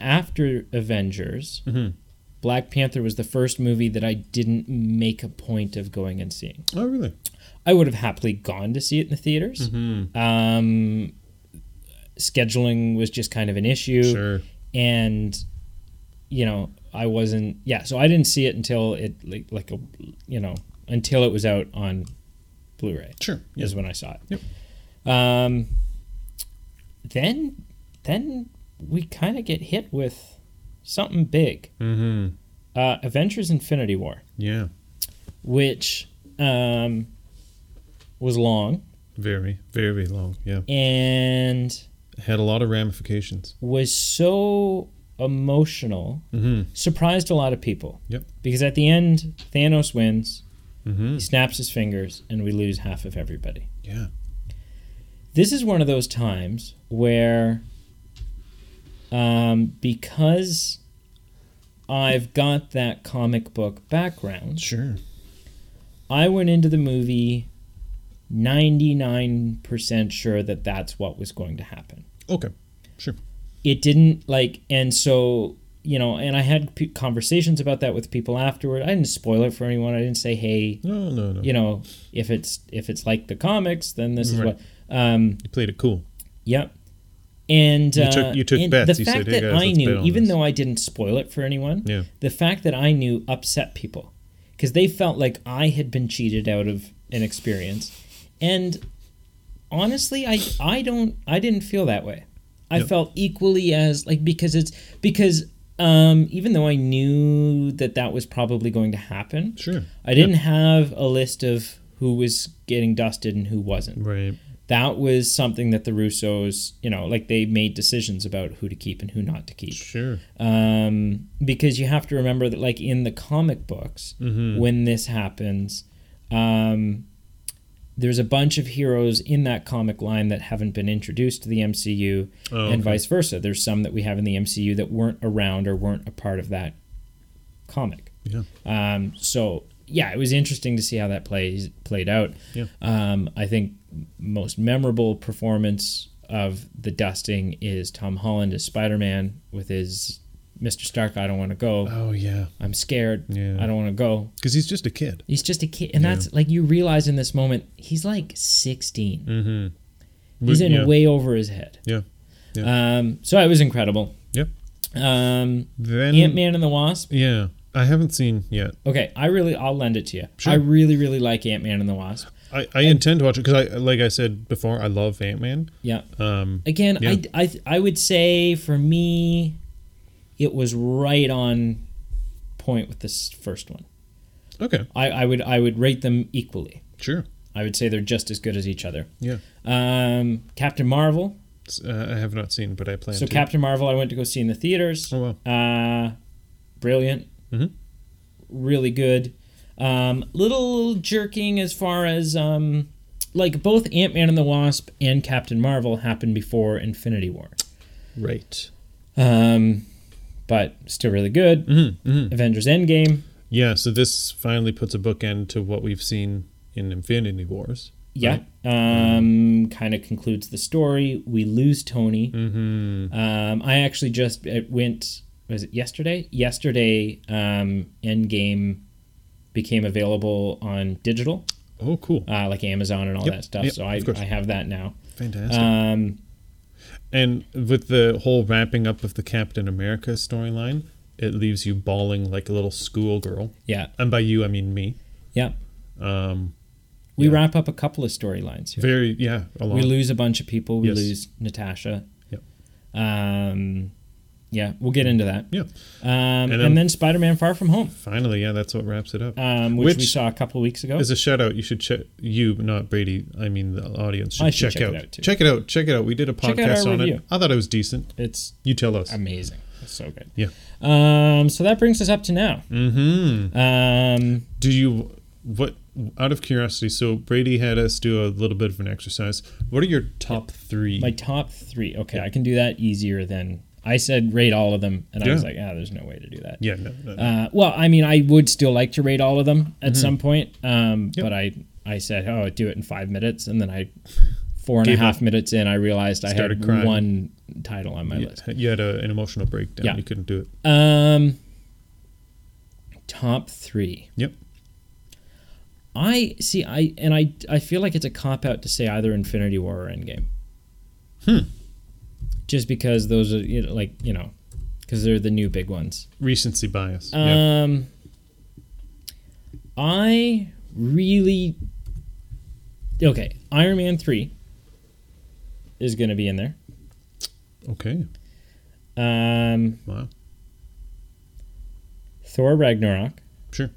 [SPEAKER 2] after Avengers,
[SPEAKER 1] Mm-hmm.
[SPEAKER 2] Black Panther was the first movie that I didn't make a point of going and seeing.
[SPEAKER 1] Oh really?
[SPEAKER 2] I would have happily gone to see it in the theaters.
[SPEAKER 1] Mm-hmm.
[SPEAKER 2] Um, scheduling was just kind of an issue,
[SPEAKER 1] Sure.
[SPEAKER 2] and you know I wasn't. Yeah, so I didn't see it until it like like a you know until it was out on Blu-ray
[SPEAKER 1] Sure. Yeah.
[SPEAKER 2] is when I saw it.
[SPEAKER 1] Yep.
[SPEAKER 2] Um, then, then we kind of get hit with something big.
[SPEAKER 1] Mm-hmm.
[SPEAKER 2] Uh, Avengers: Infinity War,
[SPEAKER 1] Yeah.
[SPEAKER 2] which um, was long
[SPEAKER 1] Very, very long. Yeah.
[SPEAKER 2] and
[SPEAKER 1] Had a lot of ramifications.
[SPEAKER 2] was so emotional,
[SPEAKER 1] Mm-hmm.
[SPEAKER 2] surprised a lot of people.
[SPEAKER 1] Yep.
[SPEAKER 2] Because at the end, Thanos wins.
[SPEAKER 1] Mm-hmm.
[SPEAKER 2] He snaps his fingers, and we lose half of everybody.
[SPEAKER 1] Yeah.
[SPEAKER 2] this is one of those times where um, because I've got that comic book background,
[SPEAKER 1] Sure.
[SPEAKER 2] I went into the movie 99% sure that that's what was going to happen.
[SPEAKER 1] Okay. Sure.
[SPEAKER 2] It didn't like, and so, you know, and I had p- conversations about that with people afterward. I didn't spoil it for anyone. I didn't say, hey,
[SPEAKER 1] No, no, no.
[SPEAKER 2] you know, if it's if it's like the comics, then this is
[SPEAKER 1] Right.
[SPEAKER 2] what. Um,
[SPEAKER 1] You played it cool.
[SPEAKER 2] Yep. And
[SPEAKER 1] You took-
[SPEAKER 2] uh,
[SPEAKER 1] you took
[SPEAKER 2] and
[SPEAKER 1] bets.
[SPEAKER 2] The
[SPEAKER 1] You
[SPEAKER 2] fact
[SPEAKER 1] said, "Hey,
[SPEAKER 2] that
[SPEAKER 1] guys,
[SPEAKER 2] I
[SPEAKER 1] let's bet
[SPEAKER 2] knew,
[SPEAKER 1] on
[SPEAKER 2] even
[SPEAKER 1] this."
[SPEAKER 2] though I didn't spoil it for anyone,
[SPEAKER 1] Yeah.
[SPEAKER 2] the fact that I knew upset people because they felt like I had been cheated out of an experience. And honestly, I I don't I didn't feel that way. I
[SPEAKER 1] Yep.
[SPEAKER 2] felt equally as like because it's because um, even though I knew that that was probably going to happen,
[SPEAKER 1] Sure.
[SPEAKER 2] I didn't have a list of who was getting dusted and who wasn't.
[SPEAKER 1] Right.
[SPEAKER 2] That was something that the Russos, you know, like they made decisions about who to keep and who not to keep.
[SPEAKER 1] Sure.
[SPEAKER 2] Um, because you have to remember that, like in the comic books, when this happens, um, there's a bunch of heroes in that comic line that haven't been introduced to the MCU,
[SPEAKER 1] Oh,
[SPEAKER 2] and
[SPEAKER 1] okay.
[SPEAKER 2] vice versa. There's some that we have in the MCU that weren't around or weren't a part of that comic.
[SPEAKER 1] Yeah.
[SPEAKER 2] Um, so yeah, it was interesting to see how that plays played out.
[SPEAKER 1] Yeah.
[SPEAKER 2] Um, I think most memorable performance of the dusting is Tom Holland as Spider Man with his Mr. Stark. I don't want to go.
[SPEAKER 1] Oh yeah.
[SPEAKER 2] I'm scared.
[SPEAKER 1] Yeah.
[SPEAKER 2] I don't want to go.
[SPEAKER 1] Because he's just a kid.
[SPEAKER 2] He's just a kid, and
[SPEAKER 1] Yeah.
[SPEAKER 2] that's like you realize in this moment he's like 16.
[SPEAKER 1] Mm-hmm.
[SPEAKER 2] He's in
[SPEAKER 1] yeah.
[SPEAKER 2] way over his head.
[SPEAKER 1] Yeah.
[SPEAKER 2] Um, so it was incredible.
[SPEAKER 1] Yep.
[SPEAKER 2] Um,
[SPEAKER 1] Then.
[SPEAKER 2] Ant Man and the Wasp.
[SPEAKER 1] Yeah. I haven't seen yet.
[SPEAKER 2] Okay, I really, I'll lend it to you.
[SPEAKER 1] Sure.
[SPEAKER 2] I really, really like Ant Man and the Wasp.
[SPEAKER 1] I, I intend to watch it because I like I said before I love Ant Man.
[SPEAKER 2] Yeah.
[SPEAKER 1] Um.
[SPEAKER 2] Again,
[SPEAKER 1] Yeah.
[SPEAKER 2] I, I I would say for me, it was right on point with this first one.
[SPEAKER 1] Okay.
[SPEAKER 2] I, I would I would rate them equally.
[SPEAKER 1] Sure.
[SPEAKER 2] I would say they're just as good as each other.
[SPEAKER 1] Yeah.
[SPEAKER 2] Um, Captain Marvel.
[SPEAKER 1] S- Uh, I have not seen, but I plan
[SPEAKER 2] So
[SPEAKER 1] to.
[SPEAKER 2] Captain Marvel, I went to go see in the theaters.
[SPEAKER 1] oh wow.
[SPEAKER 2] Uh, brilliant.
[SPEAKER 1] Mhm.
[SPEAKER 2] Really good. Um, little jerking as far as um, like both Ant Man and the Wasp and Captain Marvel happened before Infinity War.
[SPEAKER 1] Right.
[SPEAKER 2] Um, but still really good.
[SPEAKER 1] Mm-hmm. Mm-hmm.
[SPEAKER 2] Avengers Endgame.
[SPEAKER 1] Yeah. So this finally puts a bookend to what we've seen in Infinity Wars.
[SPEAKER 2] Yeah.
[SPEAKER 1] Right.
[SPEAKER 2] Um, kind of concludes the story. We lose Tony.
[SPEAKER 1] Mm-hmm.
[SPEAKER 2] Um, I actually just it went. Was it yesterday? Yesterday, um, Endgame became available on digital,
[SPEAKER 1] Oh, cool.
[SPEAKER 2] uh, like Amazon and all
[SPEAKER 1] Yep,
[SPEAKER 2] that stuff.
[SPEAKER 1] yep,
[SPEAKER 2] so I,
[SPEAKER 1] of course.
[SPEAKER 2] I have that now.
[SPEAKER 1] Fantastic.
[SPEAKER 2] Um,
[SPEAKER 1] And with the whole wrapping up of the Captain America storyline, it leaves you bawling like a little schoolgirl.
[SPEAKER 2] yeah,
[SPEAKER 1] And by you, I mean me.
[SPEAKER 2] yeah.
[SPEAKER 1] Um,
[SPEAKER 2] We
[SPEAKER 1] Yeah.
[SPEAKER 2] wrap up a couple of storylines here.
[SPEAKER 1] very, yeah, a lot.
[SPEAKER 2] We lose a bunch of people. We
[SPEAKER 1] Yes.
[SPEAKER 2] lose Natasha.
[SPEAKER 1] Yep.
[SPEAKER 2] Um, yeah, we'll get into that.
[SPEAKER 1] yeah,
[SPEAKER 2] Um, and then,
[SPEAKER 1] then-
[SPEAKER 2] Spider-Man: Far From Home,
[SPEAKER 1] finally, yeah, that's what wraps it up.
[SPEAKER 2] um, which, we
[SPEAKER 1] Which-
[SPEAKER 2] saw a couple of weeks ago.
[SPEAKER 1] As a shout out, you should check you, not Brady. I mean, the audience should,
[SPEAKER 2] I should
[SPEAKER 1] check,
[SPEAKER 2] check it
[SPEAKER 1] out.
[SPEAKER 2] out, too.
[SPEAKER 1] check it out. Check it out. We did a
[SPEAKER 2] out our
[SPEAKER 1] podcast on
[SPEAKER 2] review.
[SPEAKER 1] it. I thought it was decent.
[SPEAKER 2] It's
[SPEAKER 1] You tell us.
[SPEAKER 2] amazing. It's so good.
[SPEAKER 1] Yeah.
[SPEAKER 2] Um, so that brings us up to now.
[SPEAKER 1] mm-hmm.
[SPEAKER 2] Um,
[SPEAKER 1] Do you what? Out of curiosity, so Brady had us do a little bit of an exercise. What are your top three?
[SPEAKER 2] my top three. Okay, I can do that easier than I said. Rate all of them, and I was
[SPEAKER 1] Yeah.
[SPEAKER 2] like, ah, there's no way to do that.
[SPEAKER 1] yeah, no, no, no.
[SPEAKER 2] Uh, well, I mean, I would still like to rate all of them at some point, um,
[SPEAKER 1] Mm-hmm. Yep.
[SPEAKER 2] but I I said, oh, do it in five minutes, and then I four and a half
[SPEAKER 1] Gave up.
[SPEAKER 2] minutes in, I realized
[SPEAKER 1] Started
[SPEAKER 2] I had
[SPEAKER 1] crying.
[SPEAKER 2] one title on my
[SPEAKER 1] Yeah,
[SPEAKER 2] list.
[SPEAKER 1] you had a, an emotional breakdown.
[SPEAKER 2] Yeah.
[SPEAKER 1] You couldn't do it.
[SPEAKER 2] Um, top three.
[SPEAKER 1] Yep.
[SPEAKER 2] I see. I and I. I feel like it's a cop out to say either Infinity War or Endgame.
[SPEAKER 1] Hmm.
[SPEAKER 2] Just because those are you know, like you know, because they're the new big ones.
[SPEAKER 1] Recency bias. yeah.
[SPEAKER 2] Um, I really okay. Iron Man three is going to be in there.
[SPEAKER 1] Okay.
[SPEAKER 2] Um,
[SPEAKER 1] Wow.
[SPEAKER 2] Thor Ragnarok.
[SPEAKER 1] Sure.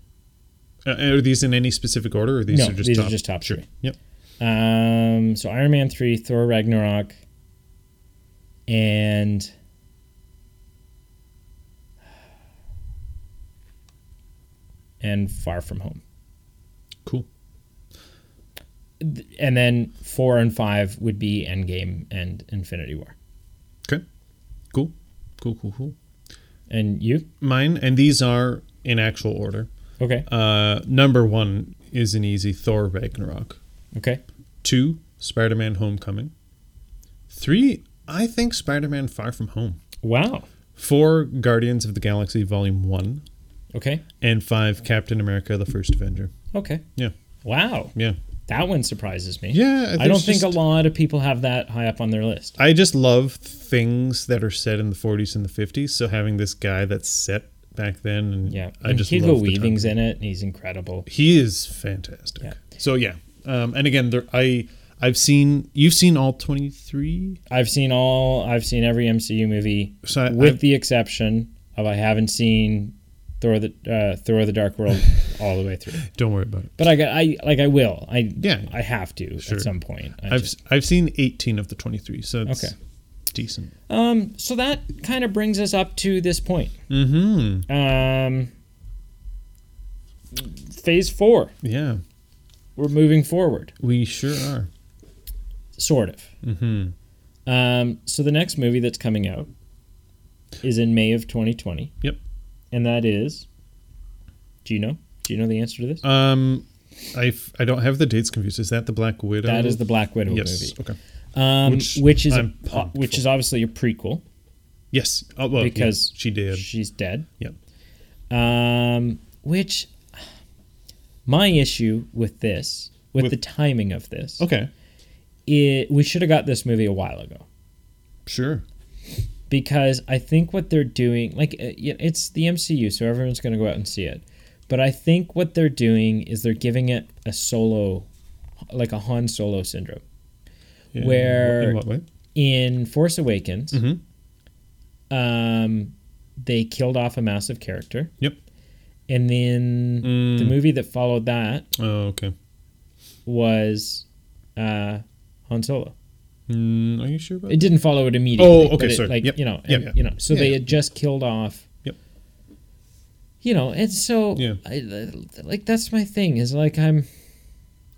[SPEAKER 1] Uh, are these in any specific order, or these
[SPEAKER 2] No,
[SPEAKER 1] are just
[SPEAKER 2] these are
[SPEAKER 1] top?
[SPEAKER 2] just top
[SPEAKER 1] Sure.
[SPEAKER 2] three.
[SPEAKER 1] Yep.
[SPEAKER 2] Um, so Iron Man three, Thor Ragnarok, and and Far From Home,
[SPEAKER 1] Cool.
[SPEAKER 2] Th- and then four and five would be Endgame and Infinity War.
[SPEAKER 1] Okay. Cool. Cool. Cool. Cool.
[SPEAKER 2] And you?
[SPEAKER 1] Mine, and these are in actual order.
[SPEAKER 2] Okay,
[SPEAKER 1] Uh, number one is an easy Thor Ragnarok.
[SPEAKER 2] okay,
[SPEAKER 1] Two, Spider-Man: Homecoming. Three, I think Spider-Man: Far From Home.
[SPEAKER 2] wow,
[SPEAKER 1] Four, Guardians of the Galaxy Volume One,
[SPEAKER 2] okay,
[SPEAKER 1] and five, Captain America: The First Avenger.
[SPEAKER 2] okay,
[SPEAKER 1] Yeah.
[SPEAKER 2] wow,
[SPEAKER 1] Yeah.
[SPEAKER 2] that one surprises me.
[SPEAKER 1] Yeah,
[SPEAKER 2] I don't
[SPEAKER 1] there's
[SPEAKER 2] think
[SPEAKER 1] just-
[SPEAKER 2] a lot of people have that high up on their list.
[SPEAKER 1] I just love things that are set in the 40s and the 50s. So having this guy that's set back then, and
[SPEAKER 2] Yeah,
[SPEAKER 1] I
[SPEAKER 2] and
[SPEAKER 1] just
[SPEAKER 2] Hugo
[SPEAKER 1] love the
[SPEAKER 2] Weaving's
[SPEAKER 1] time.
[SPEAKER 2] in it, and he's incredible.
[SPEAKER 1] He is fantastic.
[SPEAKER 2] Yeah.
[SPEAKER 1] So yeah, um, and again, there I I've seen you've seen all 23.
[SPEAKER 2] I've seen all. I've seen every MCU movie
[SPEAKER 1] So I,
[SPEAKER 2] with
[SPEAKER 1] I've-
[SPEAKER 2] the exception of I haven't seen Thor the uh, Thor the Dark World all the way through.
[SPEAKER 1] Don't worry about it.
[SPEAKER 2] But I got I like I will. I
[SPEAKER 1] Yeah.
[SPEAKER 2] I have to
[SPEAKER 1] Sure.
[SPEAKER 2] at some point. I
[SPEAKER 1] I've
[SPEAKER 2] just-
[SPEAKER 1] I've seen 18 of the 23, so it's
[SPEAKER 2] Okay.
[SPEAKER 1] decent.
[SPEAKER 2] um so that kind of brings us up to this point.
[SPEAKER 1] Mm-hmm.
[SPEAKER 2] Um phase 4.
[SPEAKER 1] Yeah,
[SPEAKER 2] We're moving forward,
[SPEAKER 1] we sure are.
[SPEAKER 2] sort of.
[SPEAKER 1] Mm-hmm.
[SPEAKER 2] Um so the next movie that's coming out is in May of 2020.
[SPEAKER 1] Yep.
[SPEAKER 2] And that is Do you know? Do you know the answer to this?
[SPEAKER 1] Um, I f- I don't have the dates confused. Is that the Black Widow?
[SPEAKER 2] that is the Black Widow
[SPEAKER 1] yes.
[SPEAKER 2] movie.
[SPEAKER 1] Okay.
[SPEAKER 2] Um,
[SPEAKER 1] Which
[SPEAKER 2] which, is a,
[SPEAKER 1] I'm pumped
[SPEAKER 2] which
[SPEAKER 1] for.
[SPEAKER 2] is obviously a prequel.
[SPEAKER 1] Yes. Oh, well, yeah,
[SPEAKER 2] Because
[SPEAKER 1] she did.
[SPEAKER 2] She's dead.
[SPEAKER 1] Yep.
[SPEAKER 2] Um, which my issue with this, with,
[SPEAKER 1] With- Oh.
[SPEAKER 2] the timing of this,
[SPEAKER 1] Okay.
[SPEAKER 2] it, we should have got this movie a while ago
[SPEAKER 1] Sure.
[SPEAKER 2] because I think what they're doing, like uh, yeah, it's the MCU, so everyone's going to go out and see it. But I think what they're doing is they're giving it a solo, like a Han Solo syndrome.
[SPEAKER 1] Yeah.
[SPEAKER 2] Where-
[SPEAKER 1] In what way?
[SPEAKER 2] In Force Awakens,
[SPEAKER 1] Mhm. Mm-hmm.
[SPEAKER 2] um, they killed off a massive character.
[SPEAKER 1] Yep.
[SPEAKER 2] And then the
[SPEAKER 1] Mm.
[SPEAKER 2] movie that followed that
[SPEAKER 1] Oh, okay.
[SPEAKER 2] was uh, Han Solo.
[SPEAKER 1] Mm, are you sure about
[SPEAKER 2] It
[SPEAKER 1] that?
[SPEAKER 2] didn't follow it immediately.
[SPEAKER 1] Oh, okay,
[SPEAKER 2] but it,
[SPEAKER 1] sorry.
[SPEAKER 2] Like
[SPEAKER 1] Yep.
[SPEAKER 2] you know,
[SPEAKER 1] Yeah,
[SPEAKER 2] and-
[SPEAKER 1] yeah.
[SPEAKER 2] you know. So
[SPEAKER 1] Yeah,
[SPEAKER 2] they
[SPEAKER 1] yeah.
[SPEAKER 2] had just killed off.
[SPEAKER 1] Yep.
[SPEAKER 2] You know, and so
[SPEAKER 1] Yeah.
[SPEAKER 2] I, like that's my thing is like I'm,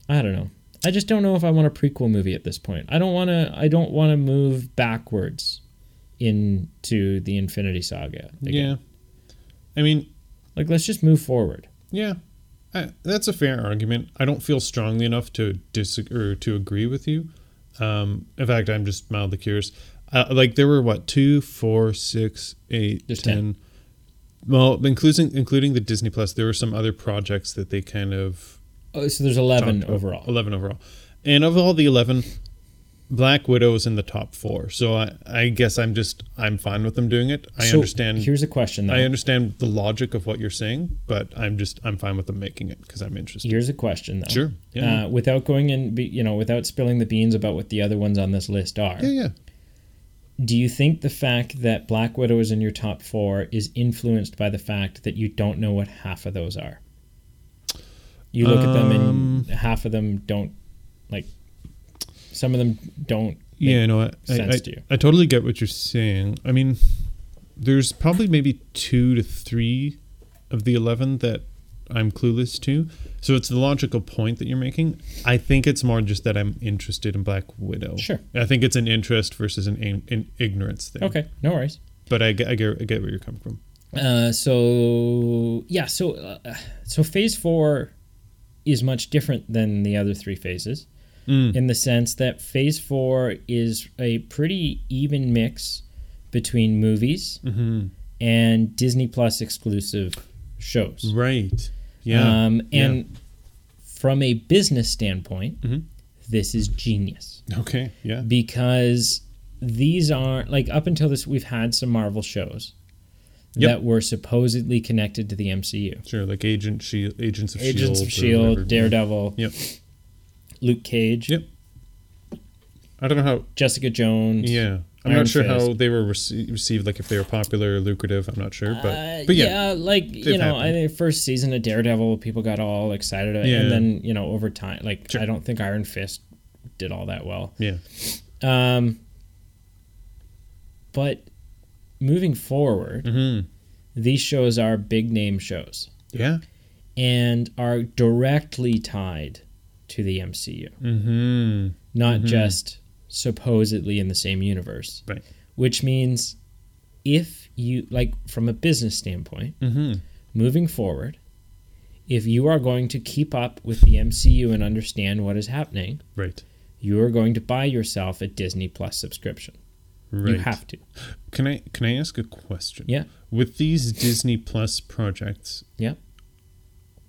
[SPEAKER 2] I don't know. I just don't know if I want a prequel movie at this point. I don't want to. I don't want to move backwards into the Infinity Saga. Again.
[SPEAKER 1] Yeah. I mean,
[SPEAKER 2] Like let's just move forward.
[SPEAKER 1] Yeah, I, that's a fair argument. I don't feel strongly enough to disagree or to agree with you. Um, in fact, I'm just mildly curious. Uh, like there were what two, four, six, eight,
[SPEAKER 2] There's
[SPEAKER 1] 10. Well, including including the Disney Plus, there were some other projects that they kind of
[SPEAKER 2] Oh, so there's eleven
[SPEAKER 1] talked about.
[SPEAKER 2] overall.
[SPEAKER 1] Eleven overall, and of all the eleven, Black Widow is in the top four. So I, I guess I'm just I'm fine with them doing it. I
[SPEAKER 2] So
[SPEAKER 1] understand.
[SPEAKER 2] Here's a question. Though.
[SPEAKER 1] I understand the logic of what you're saying, but I'm just I'm fine with them making it because I'm interested.
[SPEAKER 2] Here's a question, though.
[SPEAKER 1] Sure. Yeah.
[SPEAKER 2] Uh, without going and be, you know, without spilling the beans about what the other ones on this list are,
[SPEAKER 1] yeah, yeah.
[SPEAKER 2] do you think the fact that Black Widow is in your top four is influenced by the fact that you don't know what half of those are? You look at them
[SPEAKER 1] Um,
[SPEAKER 2] and half of them don't like. Some of them don't.
[SPEAKER 1] Yeah, no, I, I,
[SPEAKER 2] sense
[SPEAKER 1] I,
[SPEAKER 2] to you.
[SPEAKER 1] I totally get what you're saying. I mean, there's probably maybe two to three of the 11 that I'm clueless to. So it's the logical point that you're making. I think it's more just that I'm interested in Black Widow.
[SPEAKER 2] Sure.
[SPEAKER 1] I think it's an interest versus an, an, an ignorance thing.
[SPEAKER 2] Okay, no worries.
[SPEAKER 1] But I, get- I, get, I get where you're coming from.
[SPEAKER 2] Uh, so yeah, so uh, so phase four is much different than the other three phases
[SPEAKER 1] Mm.
[SPEAKER 2] in the sense that phase four is a pretty even mix between movies
[SPEAKER 1] Mm-hmm.
[SPEAKER 2] and Disney Plus exclusive shows.
[SPEAKER 1] Right. Mm-hmm. Yeah.
[SPEAKER 2] Um,
[SPEAKER 1] yeah.
[SPEAKER 2] and from a business standpoint,
[SPEAKER 1] Mhm.
[SPEAKER 2] this is genius
[SPEAKER 1] okay. Yeah.
[SPEAKER 2] because these are like up until this we've had some Marvel shows
[SPEAKER 1] Yep.
[SPEAKER 2] that were supposedly connected to the MCU.
[SPEAKER 1] Sure. Like Agent Shield, Agents of Shield.
[SPEAKER 2] Agents of
[SPEAKER 1] E or
[SPEAKER 2] Shield,
[SPEAKER 1] whatever.
[SPEAKER 2] E Daredevil,
[SPEAKER 1] Yep.
[SPEAKER 2] Luke Cage,
[SPEAKER 1] Yep. I don't know how
[SPEAKER 2] Jessica Jones.
[SPEAKER 1] Yeah. I'm
[SPEAKER 2] Iron
[SPEAKER 1] not sure how
[SPEAKER 2] Fist.
[SPEAKER 1] they were rece- received, like if they were popular or lucrative. I'm not sure, but
[SPEAKER 2] Uh,
[SPEAKER 1] but yeah,
[SPEAKER 2] like you know, I
[SPEAKER 1] happened.
[SPEAKER 2] think first season of Daredevil, people got all excited, about,
[SPEAKER 1] Yeah.
[SPEAKER 2] and then you know, over time, like
[SPEAKER 1] Sure.
[SPEAKER 2] I don't think Iron Fist did all that well.
[SPEAKER 1] yeah,
[SPEAKER 2] Um, but moving forward,
[SPEAKER 1] Mhm.
[SPEAKER 2] these shows are big name shows
[SPEAKER 1] yeah.
[SPEAKER 2] and are directly tied to the MCU,
[SPEAKER 1] Mm-hmm.
[SPEAKER 2] not just supposedly in the same universe.
[SPEAKER 1] Right.
[SPEAKER 2] Which means if you like from a business standpoint,
[SPEAKER 1] Mm-hmm.
[SPEAKER 2] moving forward, if you are going to keep up with the MCU and understand what is happening,
[SPEAKER 1] Right.
[SPEAKER 2] you are going to buy yourself a Disney Plus subscription.
[SPEAKER 1] Right.
[SPEAKER 2] You have to.
[SPEAKER 1] can I can I ask a question?
[SPEAKER 2] Yeah.
[SPEAKER 1] With these Disney Plus projects,
[SPEAKER 2] Yeah.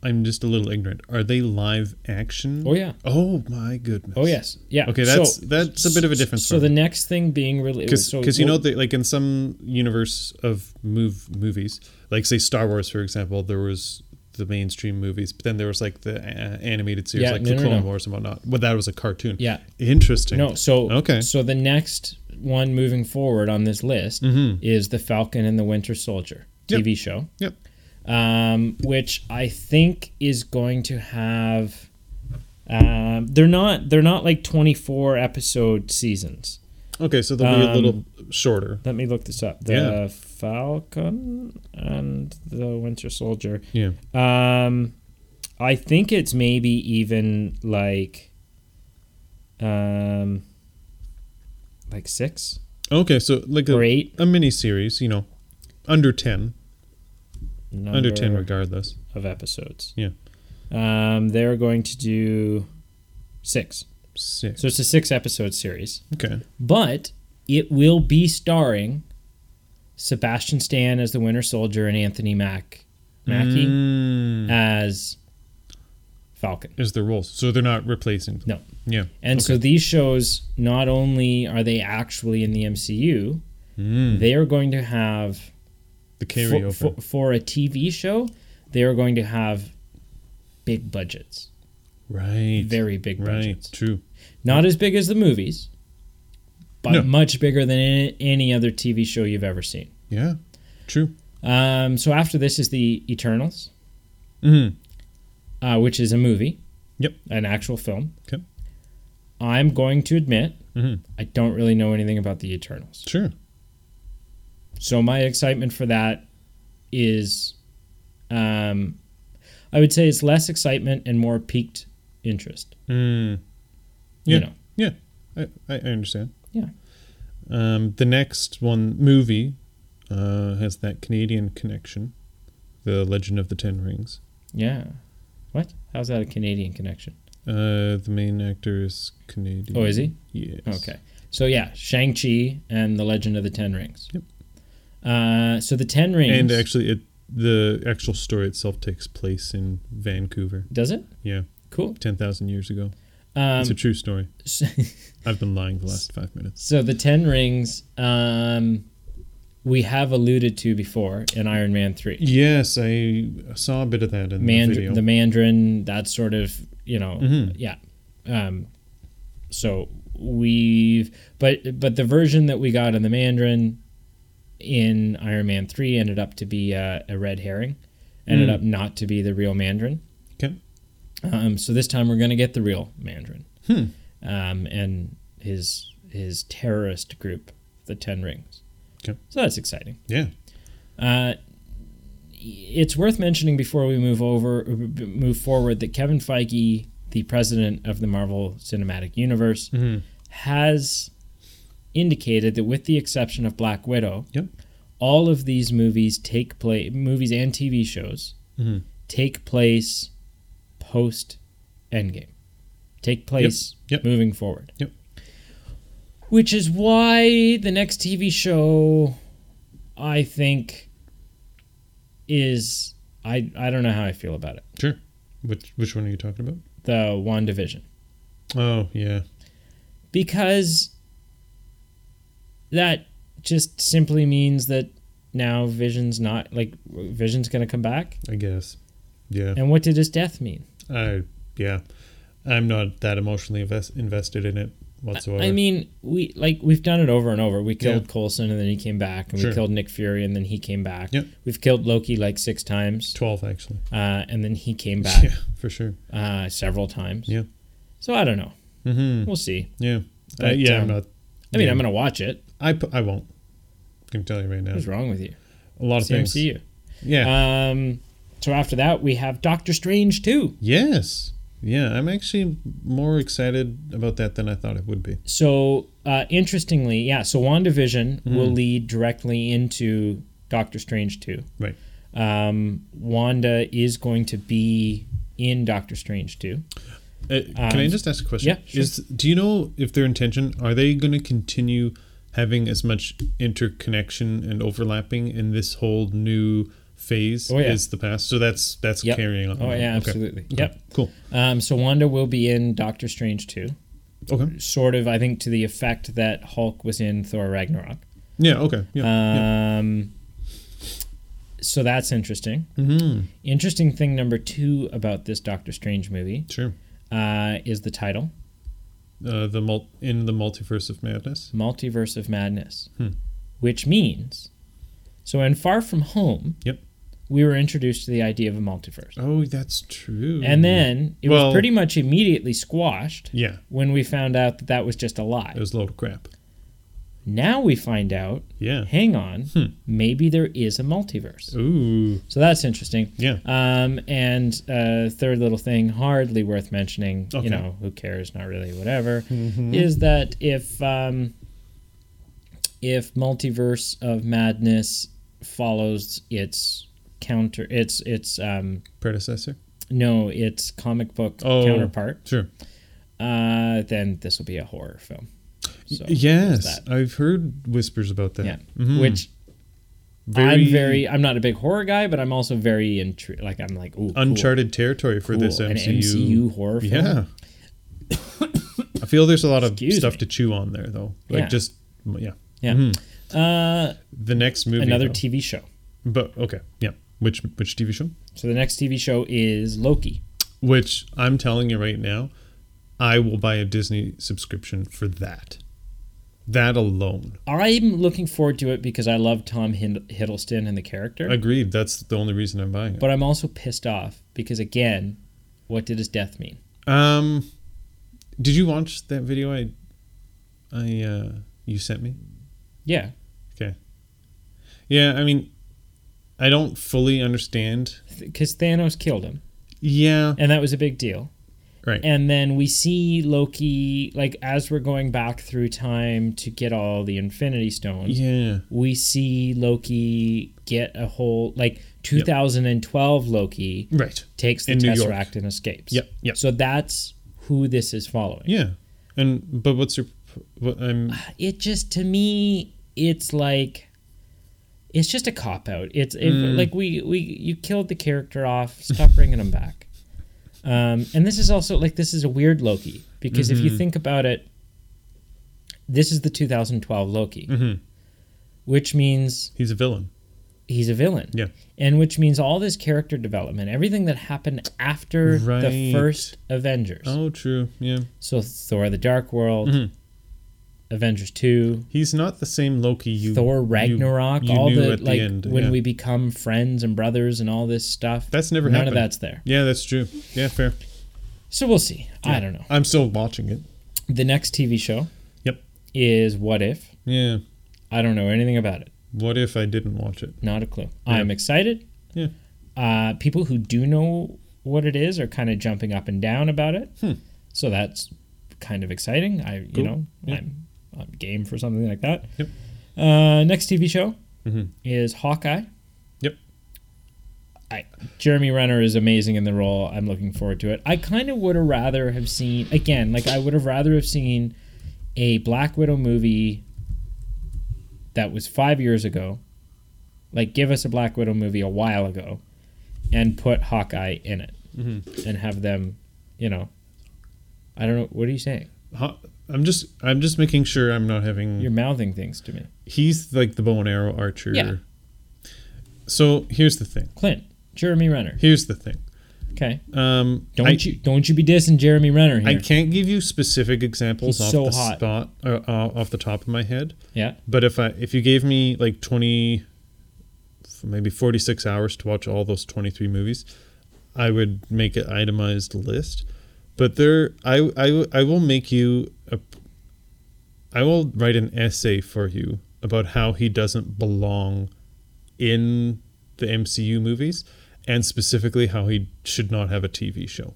[SPEAKER 1] I'm just a little ignorant. Are they live action?
[SPEAKER 2] Oh yeah.
[SPEAKER 1] Oh my goodness.
[SPEAKER 2] Oh yes. Yeah.
[SPEAKER 1] Okay,
[SPEAKER 2] So-
[SPEAKER 1] that's that's a bit of a difference.
[SPEAKER 2] So the next thing being really
[SPEAKER 1] because
[SPEAKER 2] so
[SPEAKER 1] you know that like in some universe of move movies like say star wars for example there was the mainstream movies but then there was like the uh, animated series
[SPEAKER 2] Yeah,
[SPEAKER 1] like
[SPEAKER 2] no,
[SPEAKER 1] the
[SPEAKER 2] no,
[SPEAKER 1] clone
[SPEAKER 2] no.
[SPEAKER 1] wars and whatnot but that was a cartoon
[SPEAKER 2] Yeah.
[SPEAKER 1] interesting
[SPEAKER 2] No, so
[SPEAKER 1] Okay.
[SPEAKER 2] So the next one moving forward on this list
[SPEAKER 1] Mhm.
[SPEAKER 2] is the Falcon and the Winter Soldier. TV show.
[SPEAKER 1] Yep.
[SPEAKER 2] um, which I think is going to have. Um, they're not. They're not like twenty four episode seasons.
[SPEAKER 1] Okay, so they'll be a
[SPEAKER 2] Um,
[SPEAKER 1] little shorter.
[SPEAKER 2] Let me look this up. The
[SPEAKER 1] Yeah.
[SPEAKER 2] Falcon and the Winter Soldier.
[SPEAKER 1] Yeah.
[SPEAKER 2] Um, I think it's maybe even like, um, like six
[SPEAKER 1] Okay, so like
[SPEAKER 2] or
[SPEAKER 1] a,
[SPEAKER 2] eight.
[SPEAKER 1] a mini series, you know, under 10, under 10
[SPEAKER 2] number
[SPEAKER 1] regardless.
[SPEAKER 2] of episodes.
[SPEAKER 1] Yeah.
[SPEAKER 2] Um, they're going to do six.
[SPEAKER 1] Six.
[SPEAKER 2] So it's a six episode series,
[SPEAKER 1] Okay.
[SPEAKER 2] but it will be starring Sebastian Stan as the Winter Soldier and Anthony Mack Mackie
[SPEAKER 1] Mm,
[SPEAKER 2] as Falcon.
[SPEAKER 1] is their roles. So they're not replacing them.
[SPEAKER 2] No.
[SPEAKER 1] Yeah.
[SPEAKER 2] And so these shows not only are they actually in the MCU,
[SPEAKER 1] Mm,
[SPEAKER 2] they are going to have
[SPEAKER 1] the
[SPEAKER 2] for,
[SPEAKER 1] carryover.
[SPEAKER 2] for, for a TV show, they are going to have big budgets,
[SPEAKER 1] right.
[SPEAKER 2] very big
[SPEAKER 1] right.
[SPEAKER 2] budgets.
[SPEAKER 1] True.
[SPEAKER 2] Not as big as the movies, but
[SPEAKER 1] No.
[SPEAKER 2] much bigger than any, any other TV show you've ever seen.
[SPEAKER 1] Yeah. True.
[SPEAKER 2] Um, so after this is the Eternals, Mm-hmm.
[SPEAKER 1] Mm,
[SPEAKER 2] uh, which is a movie.
[SPEAKER 1] Yep.
[SPEAKER 2] An actual film.
[SPEAKER 1] Okay.
[SPEAKER 2] I'm going to admit
[SPEAKER 1] Mhm.
[SPEAKER 2] I don't really know anything about the Eternals.
[SPEAKER 1] sure.
[SPEAKER 2] So my excitement for that is, um, I would say it's less excitement and more piqued interest.
[SPEAKER 1] Mm,
[SPEAKER 2] You
[SPEAKER 1] Yeah.
[SPEAKER 2] know.
[SPEAKER 1] I, I I understand.
[SPEAKER 2] Yeah.
[SPEAKER 1] Um, the next one movie uh, has that Canadian connection, The Legend of the Ten Rings.
[SPEAKER 2] Yeah. What? How's that a Canadian connection?
[SPEAKER 1] Uh, the main actor is Canadian.
[SPEAKER 2] Oh, is he?
[SPEAKER 1] Yes.
[SPEAKER 2] Okay. So yeah, Shang Chi and the Legend of the Ten Rings.
[SPEAKER 1] Yep.
[SPEAKER 2] Uh, so the Ten Rings.
[SPEAKER 1] And actually, it the actual story itself takes place in Vancouver.
[SPEAKER 2] does it?
[SPEAKER 1] Yeah,
[SPEAKER 2] Cool.
[SPEAKER 1] ten thousand years ago.
[SPEAKER 2] Um,
[SPEAKER 1] It's a true story.
[SPEAKER 2] so,
[SPEAKER 1] I've been lying the last five minutes.
[SPEAKER 2] the Ten Rings. Um, we have alluded to before in Iron Man three.
[SPEAKER 1] Yes, I saw a bit of that in the video.
[SPEAKER 2] Mandarin, the Mandarin, that sort of you know,
[SPEAKER 1] Mhm.
[SPEAKER 2] yeah. Um, so we've but but the version that we got in the Mandarin in Iron Man three ended up to be uh, a, a red herring, ended
[SPEAKER 1] Mm.
[SPEAKER 2] up not to be the real Mandarin.
[SPEAKER 1] Okay.
[SPEAKER 2] Um, so this time we're gonna get the real Mandarin,
[SPEAKER 1] Hmm.
[SPEAKER 2] um, and his his terrorist group, the Ten Rings.
[SPEAKER 1] Okay.
[SPEAKER 2] So that's exciting.
[SPEAKER 1] yeah.
[SPEAKER 2] Uh, it's worth mentioning before we move over move forward that Kevin Feige, the president of the Marvel Cinematic Universe,
[SPEAKER 1] Mhm.
[SPEAKER 2] has indicated that with the exception of Black Widow,
[SPEAKER 1] Yep.
[SPEAKER 2] all of these movies take place movies and TV shows
[SPEAKER 1] Mhm.
[SPEAKER 2] take place post Endgame. Take place
[SPEAKER 1] Yep.
[SPEAKER 2] moving forward.
[SPEAKER 1] Yep.
[SPEAKER 2] Which is why the next TV show I think is I I don't know how I feel about it.
[SPEAKER 1] Sure. Which which one are you talking about?
[SPEAKER 2] The WandaVision.
[SPEAKER 1] Oh yeah.
[SPEAKER 2] Because that just simply means that now Vision's not like Vision's going to come back.
[SPEAKER 1] I guess. Yeah.
[SPEAKER 2] And what did his death mean?
[SPEAKER 1] I yeah. I'm not that emotionally invest, invested in it whatsoever.
[SPEAKER 2] I mean, we like we've done it over and over. We killed
[SPEAKER 1] Yeah.
[SPEAKER 2] Coulson and then he came back, and
[SPEAKER 1] Sure.
[SPEAKER 2] we killed Nick Fury and then he came back.
[SPEAKER 1] Yep.
[SPEAKER 2] We've killed Loki like six times,
[SPEAKER 1] twelve actually.
[SPEAKER 2] uh, and then he came back
[SPEAKER 1] Yeah, for sure.
[SPEAKER 2] uh, several times.
[SPEAKER 1] Yeah.
[SPEAKER 2] So I don't know.
[SPEAKER 1] Mm-hmm.
[SPEAKER 2] We'll see.
[SPEAKER 1] Yeah. I,
[SPEAKER 2] But,
[SPEAKER 1] yeah. I'm
[SPEAKER 2] um,
[SPEAKER 1] not.
[SPEAKER 2] I mean,
[SPEAKER 1] yeah.
[SPEAKER 2] I'm gonna watch it.
[SPEAKER 1] I, pu- I won't. I can tell you right now.
[SPEAKER 2] What's wrong with you?
[SPEAKER 1] A lot of
[SPEAKER 2] It's the
[SPEAKER 1] things.
[SPEAKER 2] MCU.
[SPEAKER 1] Yeah.
[SPEAKER 2] Um, so after that, we have Doctor Strange too.
[SPEAKER 1] yes. Yeah. I'm actually more excited about that than I thought it would be.
[SPEAKER 2] So uh, interestingly, yeah. So WandaVision will lead directly into Doctor Strange two.
[SPEAKER 1] Right.
[SPEAKER 2] um, Wanda is going to be in Doctor Strange too.
[SPEAKER 1] Uh, can I just ask a question?
[SPEAKER 2] yeah, sure.
[SPEAKER 1] Is do you know if their intention are they going to continue having as much interconnection and overlapping in this whole new phase
[SPEAKER 2] Oh, yeah.
[SPEAKER 1] as the past? So that's that's
[SPEAKER 2] Yep.
[SPEAKER 1] carrying on.
[SPEAKER 2] Oh yeah,
[SPEAKER 1] Okay.
[SPEAKER 2] absolutely.
[SPEAKER 1] Okay.
[SPEAKER 2] Yep.
[SPEAKER 1] Cool.
[SPEAKER 2] Um, so Wanda will be in Doctor Strange too,
[SPEAKER 1] Okay.
[SPEAKER 2] sort of I think to the effect that Hulk was in Thor Ragnarok.
[SPEAKER 1] Yeah. Okay. Yeah.
[SPEAKER 2] Um, so that's interesting.
[SPEAKER 1] mm-hmm.
[SPEAKER 2] Interesting thing number two about this Doctor Strange movie
[SPEAKER 1] Sure.
[SPEAKER 2] uh, is the title
[SPEAKER 1] Uh, the mul- in the multiverse of madness.
[SPEAKER 2] "Multiverse of Madness,"
[SPEAKER 1] Hmm.
[SPEAKER 2] which means So in Far From Home,
[SPEAKER 1] Yep.
[SPEAKER 2] we were introduced to the idea of a multiverse.
[SPEAKER 1] Oh, that's true.
[SPEAKER 2] And then it
[SPEAKER 1] Well-
[SPEAKER 2] was pretty much immediately squashed
[SPEAKER 1] yeah,
[SPEAKER 2] when we found out that that was just a lie.
[SPEAKER 1] it was a load of crap.
[SPEAKER 2] Now we find out,
[SPEAKER 1] Yeah.
[SPEAKER 2] hang on,
[SPEAKER 1] hmm.
[SPEAKER 2] maybe there is a multiverse.
[SPEAKER 1] Ooh.
[SPEAKER 2] So that's interesting.
[SPEAKER 1] Yeah.
[SPEAKER 2] Um, and uh, third little thing, hardly worth mentioning,
[SPEAKER 1] Okay. Mm-hmm.
[SPEAKER 2] you know, who cares, not really, whatever, is that if um, if multiverse of madness follows its counter, its its um,
[SPEAKER 1] Predecessor.
[SPEAKER 2] no, its comic book
[SPEAKER 1] Oh.
[SPEAKER 2] counterpart,
[SPEAKER 1] Sure.
[SPEAKER 2] uh, then this will be a horror film. So,
[SPEAKER 1] yes,
[SPEAKER 2] there's
[SPEAKER 1] I've heard whispers about that.
[SPEAKER 2] yeah,
[SPEAKER 1] Mhm.
[SPEAKER 2] which I'm very, I'm not a big horror guy, but I'm also very intrigued. Like I'm like, ooh, cool,
[SPEAKER 1] uncharted territory for
[SPEAKER 2] cool,
[SPEAKER 1] this
[SPEAKER 2] an
[SPEAKER 1] MCU.
[SPEAKER 2] MCU horror film.
[SPEAKER 1] Yeah. I feel there's a lot of
[SPEAKER 2] Excuse
[SPEAKER 1] stuff
[SPEAKER 2] me.
[SPEAKER 1] to chew on there, though. Like
[SPEAKER 2] Yeah.
[SPEAKER 1] just yeah, Mm-hmm.
[SPEAKER 2] Yeah. Uh,
[SPEAKER 1] the next movie.
[SPEAKER 2] another
[SPEAKER 1] though.
[SPEAKER 2] TV show.
[SPEAKER 1] but okay, yeah. Which which TV show?
[SPEAKER 2] So the next TV show is Loki.
[SPEAKER 1] Which I'm telling you right now, I will buy a Disney subscription for that. That alone.
[SPEAKER 2] I'm looking forward to it because I love Tom Hidd- Hiddleston and the character,
[SPEAKER 1] Agreed. That's the only reason I'm buying it.
[SPEAKER 2] but I'm also pissed off because again, what did his death mean?
[SPEAKER 1] Um, did you watch that video I, I uh, you sent me?
[SPEAKER 2] Yeah,
[SPEAKER 1] Okay. Yeah, I mean, I don't fully understand.
[SPEAKER 2] because Thanos killed him,
[SPEAKER 1] Yeah,
[SPEAKER 2] and that was a big deal.
[SPEAKER 1] Right.
[SPEAKER 2] And then we see Loki, like as we're going back through time to get all the Infinity Stones.
[SPEAKER 1] yeah.
[SPEAKER 2] We see Loki get a whole like 2012 Loki
[SPEAKER 1] Right.
[SPEAKER 2] takes the
[SPEAKER 1] In New York.
[SPEAKER 2] Tesseract and escapes.
[SPEAKER 1] Yep, yep.
[SPEAKER 2] So that's who this is following.
[SPEAKER 1] Yeah. And but what's your what I'm
[SPEAKER 2] It just to me, it's like it's just a cop out. It's it,
[SPEAKER 1] Mm.
[SPEAKER 2] like we we you killed the character off. Stop bringing him back. Um, and this is also like this is a weird Loki because if
[SPEAKER 1] Mm-hmm.
[SPEAKER 2] you think about it, this is the 2012 Loki,
[SPEAKER 1] Mm-hmm.
[SPEAKER 2] which means
[SPEAKER 1] he's a villain.
[SPEAKER 2] he's a villain.
[SPEAKER 1] Yeah.
[SPEAKER 2] And which means all this character development, everything that happened after
[SPEAKER 1] Right.
[SPEAKER 2] the first Avengers.
[SPEAKER 1] Oh, true. Yeah.
[SPEAKER 2] So Thor: The Dark World,
[SPEAKER 1] Mm-hmm.
[SPEAKER 2] Avengers Two,
[SPEAKER 1] He's not the same Loki you
[SPEAKER 2] Thor:
[SPEAKER 1] you-
[SPEAKER 2] Ragnarok,
[SPEAKER 1] you
[SPEAKER 2] all
[SPEAKER 1] knew
[SPEAKER 2] the
[SPEAKER 1] at the
[SPEAKER 2] like
[SPEAKER 1] end,
[SPEAKER 2] when
[SPEAKER 1] yeah.
[SPEAKER 2] we become friends and brothers and all this stuff.
[SPEAKER 1] That's never
[SPEAKER 2] none
[SPEAKER 1] happened.
[SPEAKER 2] of that's there.
[SPEAKER 1] Yeah, that's true. Yeah, fair.
[SPEAKER 2] So we'll see. I don't know.
[SPEAKER 1] I'm still watching it.
[SPEAKER 2] The next TV show
[SPEAKER 1] Yep.
[SPEAKER 2] is What If.
[SPEAKER 1] Yeah.
[SPEAKER 2] I don't know anything about it.
[SPEAKER 1] What if I didn't watch it?
[SPEAKER 2] Not a clue. I'm excited.
[SPEAKER 1] Yeah.
[SPEAKER 2] Uh, people who do know what it is are kind of jumping up and down about it. So that's kind of exciting. I
[SPEAKER 1] Hmm. Cool.
[SPEAKER 2] you know
[SPEAKER 1] Yeah.
[SPEAKER 2] I'm I'm game for something like that.
[SPEAKER 1] Yep.
[SPEAKER 2] Uh, next TV show
[SPEAKER 1] Mhm.
[SPEAKER 2] is Hawkeye.
[SPEAKER 1] Yep.
[SPEAKER 2] I, Jeremy Renner is amazing in the role. I'm looking forward to it. I kind of would have rather have seen again, like I would have rather have seen a Black Widow movie that was five years ago. Like, give us a Black Widow movie a while ago, and put Hawkeye in it,
[SPEAKER 1] Mm-hmm.
[SPEAKER 2] and have them, you know, I don't know. What are you saying?
[SPEAKER 1] Ho- I'm just I'm just making sure I'm not having
[SPEAKER 2] You're mouthing things to me,
[SPEAKER 1] he's like the bow and arrow archer.
[SPEAKER 2] Yeah.
[SPEAKER 1] So here's the thing.
[SPEAKER 2] Clint. Jeremy Renner.
[SPEAKER 1] Here's the thing.
[SPEAKER 2] Okay,
[SPEAKER 1] Um,
[SPEAKER 2] don't
[SPEAKER 1] I,
[SPEAKER 2] you don't you be dissing Jeremy Renner
[SPEAKER 1] I
[SPEAKER 2] here?
[SPEAKER 1] can't give you specific examples
[SPEAKER 2] He's
[SPEAKER 1] off
[SPEAKER 2] so
[SPEAKER 1] the
[SPEAKER 2] hot.
[SPEAKER 1] spot uh, uh, off the top of my head,
[SPEAKER 2] yeah,
[SPEAKER 1] but if I if you gave me like 20 maybe 46 hours to watch all those 23 movies, I would make an itemized list. But there I I I will make you a I will write an essay for you about how he doesn't belong in the MCU movies and specifically how he should not have a TV show.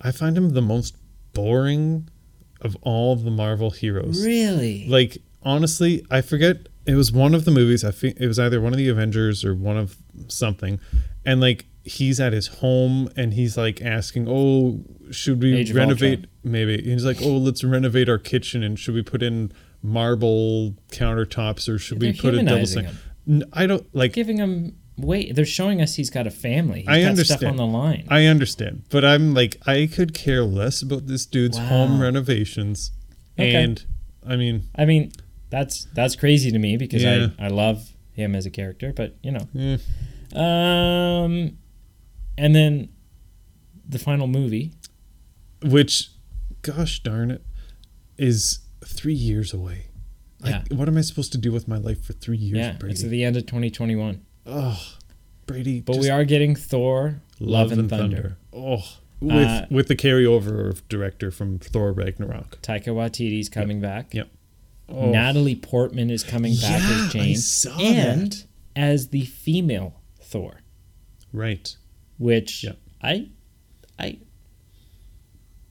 [SPEAKER 1] I find him the most boring of all the Marvel heroes.
[SPEAKER 2] really.
[SPEAKER 1] Like honestly, I forget it was one of the movies. I think it was either one of the Avengers or one of something, and like he's at his home and he's like asking, "Oh, should we
[SPEAKER 2] Age of
[SPEAKER 1] renovate?"
[SPEAKER 2] Ultron.
[SPEAKER 1] Maybe And he's like, "Oh, let's renovate our kitchen and should we put in marble countertops or should we
[SPEAKER 2] They're
[SPEAKER 1] put a double
[SPEAKER 2] humanizing
[SPEAKER 1] sink?" N- I don't like.
[SPEAKER 2] giving him wait they're showing us he's got a family he's
[SPEAKER 1] I
[SPEAKER 2] got
[SPEAKER 1] understand.
[SPEAKER 2] stuff on the line
[SPEAKER 1] I understand, but I'm like I could care less about this dude's
[SPEAKER 2] Wow.
[SPEAKER 1] home renovations,
[SPEAKER 2] Okay.
[SPEAKER 1] and I mean,
[SPEAKER 2] i mean that's that's crazy to me because
[SPEAKER 1] Yeah.
[SPEAKER 2] i i love him as a character but you know
[SPEAKER 1] eh,
[SPEAKER 2] um and then the final movie
[SPEAKER 1] which gosh darn it is three years away Like, what am I supposed to do with my life for three years,
[SPEAKER 2] yeah,
[SPEAKER 1] Brady?
[SPEAKER 2] it's the end of 2021.
[SPEAKER 1] oh, Brady.
[SPEAKER 2] But we
[SPEAKER 1] just
[SPEAKER 2] are getting Thor: Love, and, Thunder.
[SPEAKER 1] Oh, with
[SPEAKER 2] Uh,
[SPEAKER 1] with the carryover of director from Thor Ragnarok.
[SPEAKER 2] Taika Waititi's coming back.
[SPEAKER 1] Yep. Oh,
[SPEAKER 2] Natalie Portman is coming back
[SPEAKER 1] Yeah,
[SPEAKER 2] as
[SPEAKER 1] I
[SPEAKER 2] Jane
[SPEAKER 1] saw
[SPEAKER 2] and
[SPEAKER 1] that.
[SPEAKER 2] as the female Thor,
[SPEAKER 1] right.
[SPEAKER 2] which
[SPEAKER 1] Yep.
[SPEAKER 2] I, I,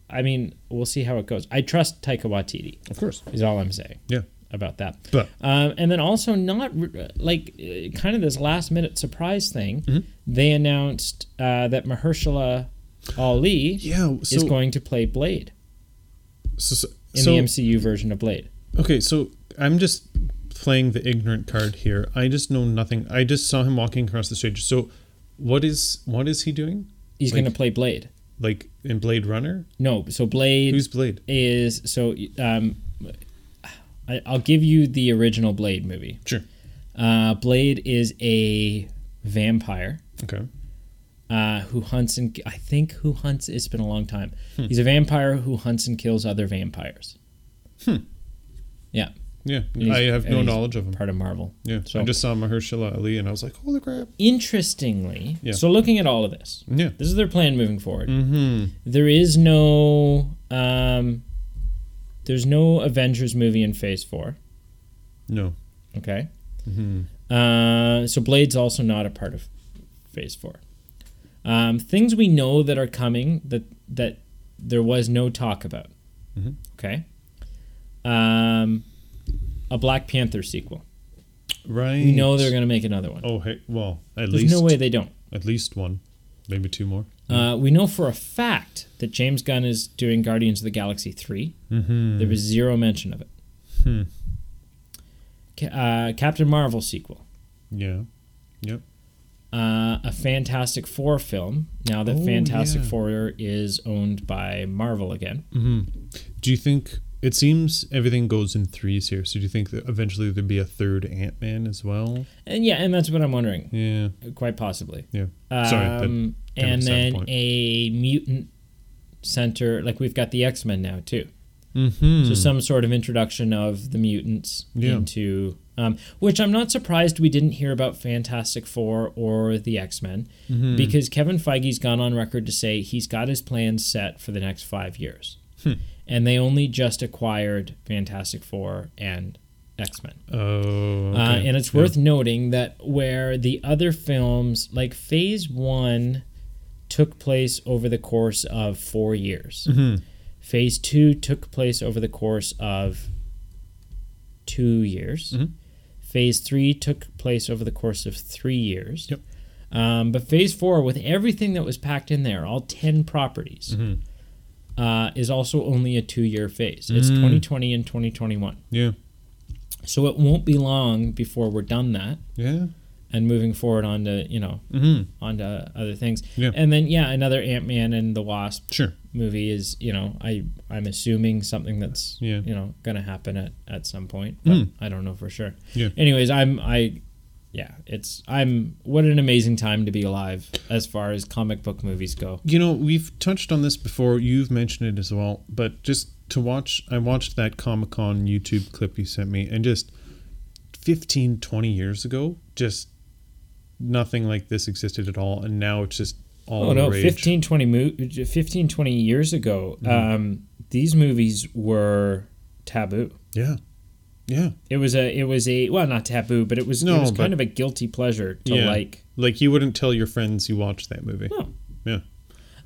[SPEAKER 2] I mean, we'll see how it goes. I trust Taika Waititi.
[SPEAKER 1] Of course.
[SPEAKER 2] Is all I'm saying.
[SPEAKER 1] Yeah.
[SPEAKER 2] about that.
[SPEAKER 1] But-
[SPEAKER 2] um, and then also not re- like uh, kind of this last minute surprise thing.
[SPEAKER 1] Mm-hmm.
[SPEAKER 2] They announced uh, that Mahershala Ali
[SPEAKER 1] Yeah. So,
[SPEAKER 2] is going to play Blade
[SPEAKER 1] so, so,
[SPEAKER 2] in
[SPEAKER 1] so-
[SPEAKER 2] the MCU version of Blade.
[SPEAKER 1] Okay, so I'm just playing the ignorant card here. I just know nothing. I just saw him walking across the stage. So, what is what is he doing?
[SPEAKER 2] He's
[SPEAKER 1] Like-
[SPEAKER 2] going to play Blade.
[SPEAKER 1] Like in Blade Runner?
[SPEAKER 2] No, so Blade
[SPEAKER 1] Who's Blade?
[SPEAKER 2] is so. Um, I, I'll give you the original Blade movie.
[SPEAKER 1] Sure.
[SPEAKER 2] Uh, Blade is a vampire.
[SPEAKER 1] Okay.
[SPEAKER 2] uh, who hunts and I think who hunts. It's been a long time.
[SPEAKER 1] Hmm.
[SPEAKER 2] He's a vampire who hunts and kills other vampires. Hmm. Yeah,
[SPEAKER 1] Yeah,
[SPEAKER 2] he's-
[SPEAKER 1] I have no
[SPEAKER 2] and he's
[SPEAKER 1] knowledge of him.
[SPEAKER 2] part of Marvel.
[SPEAKER 1] Yeah,
[SPEAKER 2] So
[SPEAKER 1] I just saw Mahershala Ali, and I was like, holy crap.
[SPEAKER 2] interestingly,
[SPEAKER 1] Yeah.
[SPEAKER 2] so looking at all of this,
[SPEAKER 1] Yeah.
[SPEAKER 2] this is their plan moving forward.
[SPEAKER 1] Mm-hmm.
[SPEAKER 2] There is no, um, there's no Avengers movie in Phase Four.
[SPEAKER 1] No.
[SPEAKER 2] Okay.
[SPEAKER 1] Mm-hmm.
[SPEAKER 2] Uh, so Blade's also not a part of Phase Four. Um, things we know that are coming that that there was no talk about.
[SPEAKER 1] Mhm.
[SPEAKER 2] Okay. Um, a Black Panther sequel.
[SPEAKER 1] Right.
[SPEAKER 2] We know they're going to make another one.
[SPEAKER 1] Oh, hey. Well, at
[SPEAKER 2] There's
[SPEAKER 1] least Mm-hmm.
[SPEAKER 2] no way they don't.
[SPEAKER 1] at least one, maybe two more.
[SPEAKER 2] Uh, we know for a fact that James Gunn is doing Guardians of the Galaxy 3.
[SPEAKER 1] Mm-hmm.
[SPEAKER 2] There was zero mention of it.
[SPEAKER 1] Hmm.
[SPEAKER 2] Ca- uh, Captain Marvel sequel.
[SPEAKER 1] Yeah. Yep.
[SPEAKER 2] uh, a Fantastic Four film. Now that
[SPEAKER 1] Oh,
[SPEAKER 2] Fantastic
[SPEAKER 1] yeah.
[SPEAKER 2] Four is owned by Marvel again,
[SPEAKER 1] hmm Do you think it seems everything goes in threes here? So do you think that eventually there'd be a third Ant Man as well?
[SPEAKER 2] and yeah, and that's what I'm wondering,
[SPEAKER 1] Yeah.
[SPEAKER 2] quite possibly.
[SPEAKER 1] Yeah.
[SPEAKER 2] Um,
[SPEAKER 1] Sorry, but kinda
[SPEAKER 2] and
[SPEAKER 1] beside the
[SPEAKER 2] then
[SPEAKER 1] point.
[SPEAKER 2] a mutant center, like we've got the X Men now too.
[SPEAKER 1] Mm-hmm.
[SPEAKER 2] So some sort of introduction of the mutants
[SPEAKER 1] Yeah.
[SPEAKER 2] into, um, which I'm not surprised we didn't hear about Fantastic Four or the X Men,
[SPEAKER 1] Hmm.
[SPEAKER 2] because Kevin Feige's gone on record to say he's got his plans set for the next five years,
[SPEAKER 1] Hmm.
[SPEAKER 2] and they only just acquired Fantastic Four and X Men.
[SPEAKER 1] oh.
[SPEAKER 2] Uh,
[SPEAKER 1] okay.
[SPEAKER 2] and it's worth noting that where the other films, like Phase One, took place over the course of four years.
[SPEAKER 1] Hmm. Mm-hmm.
[SPEAKER 2] Phase Two took place over the course of two years.
[SPEAKER 1] Mm-hmm.
[SPEAKER 2] Phase Three took place over the course of three years.
[SPEAKER 1] Yep.
[SPEAKER 2] Um, but Phase Four, with everything that was packed in there, all ten properties.
[SPEAKER 1] Mm-hmm.
[SPEAKER 2] Uh, is also only a two-year phase. It's
[SPEAKER 1] Mm.
[SPEAKER 2] 2020 and 2021.
[SPEAKER 1] Yeah.
[SPEAKER 2] So it won't be long before we're done that
[SPEAKER 1] Yeah.
[SPEAKER 2] and moving forward onto you know
[SPEAKER 1] Mm-hmm.
[SPEAKER 2] onto other things.
[SPEAKER 1] Yeah.
[SPEAKER 2] And then yeah, another Ant Man and the Wasp
[SPEAKER 1] Sure.
[SPEAKER 2] movie is you know I I'm assuming something that's
[SPEAKER 1] Yeah.
[SPEAKER 2] you know gonna happen at at some point, but
[SPEAKER 1] Mm.
[SPEAKER 2] I don't know for sure.
[SPEAKER 1] Yeah.
[SPEAKER 2] Anyways, I'm I. Yeah, it's I'm what an amazing time to be alive as far as comic book movies go.
[SPEAKER 1] You know, we've touched on this before. You've mentioned it as well, but just to watch, I watched that Comic Con YouTube clip you sent me, and just 15, 20 years ago, just nothing like this existed at all, and now it's just all
[SPEAKER 2] Oh
[SPEAKER 1] the
[SPEAKER 2] no,
[SPEAKER 1] rage.
[SPEAKER 2] 15 20, mo- 15, 20 years ago,
[SPEAKER 1] Hmm.
[SPEAKER 2] um, these movies were taboo.
[SPEAKER 1] Yeah, yeah.
[SPEAKER 2] It was a it was a well not taboo, but it was it
[SPEAKER 1] No,
[SPEAKER 2] was
[SPEAKER 1] but-
[SPEAKER 2] kind of a guilty pleasure to
[SPEAKER 1] Yeah.
[SPEAKER 2] like.
[SPEAKER 1] Like you wouldn't tell your friends you watched that movie.
[SPEAKER 2] No.
[SPEAKER 1] Yeah,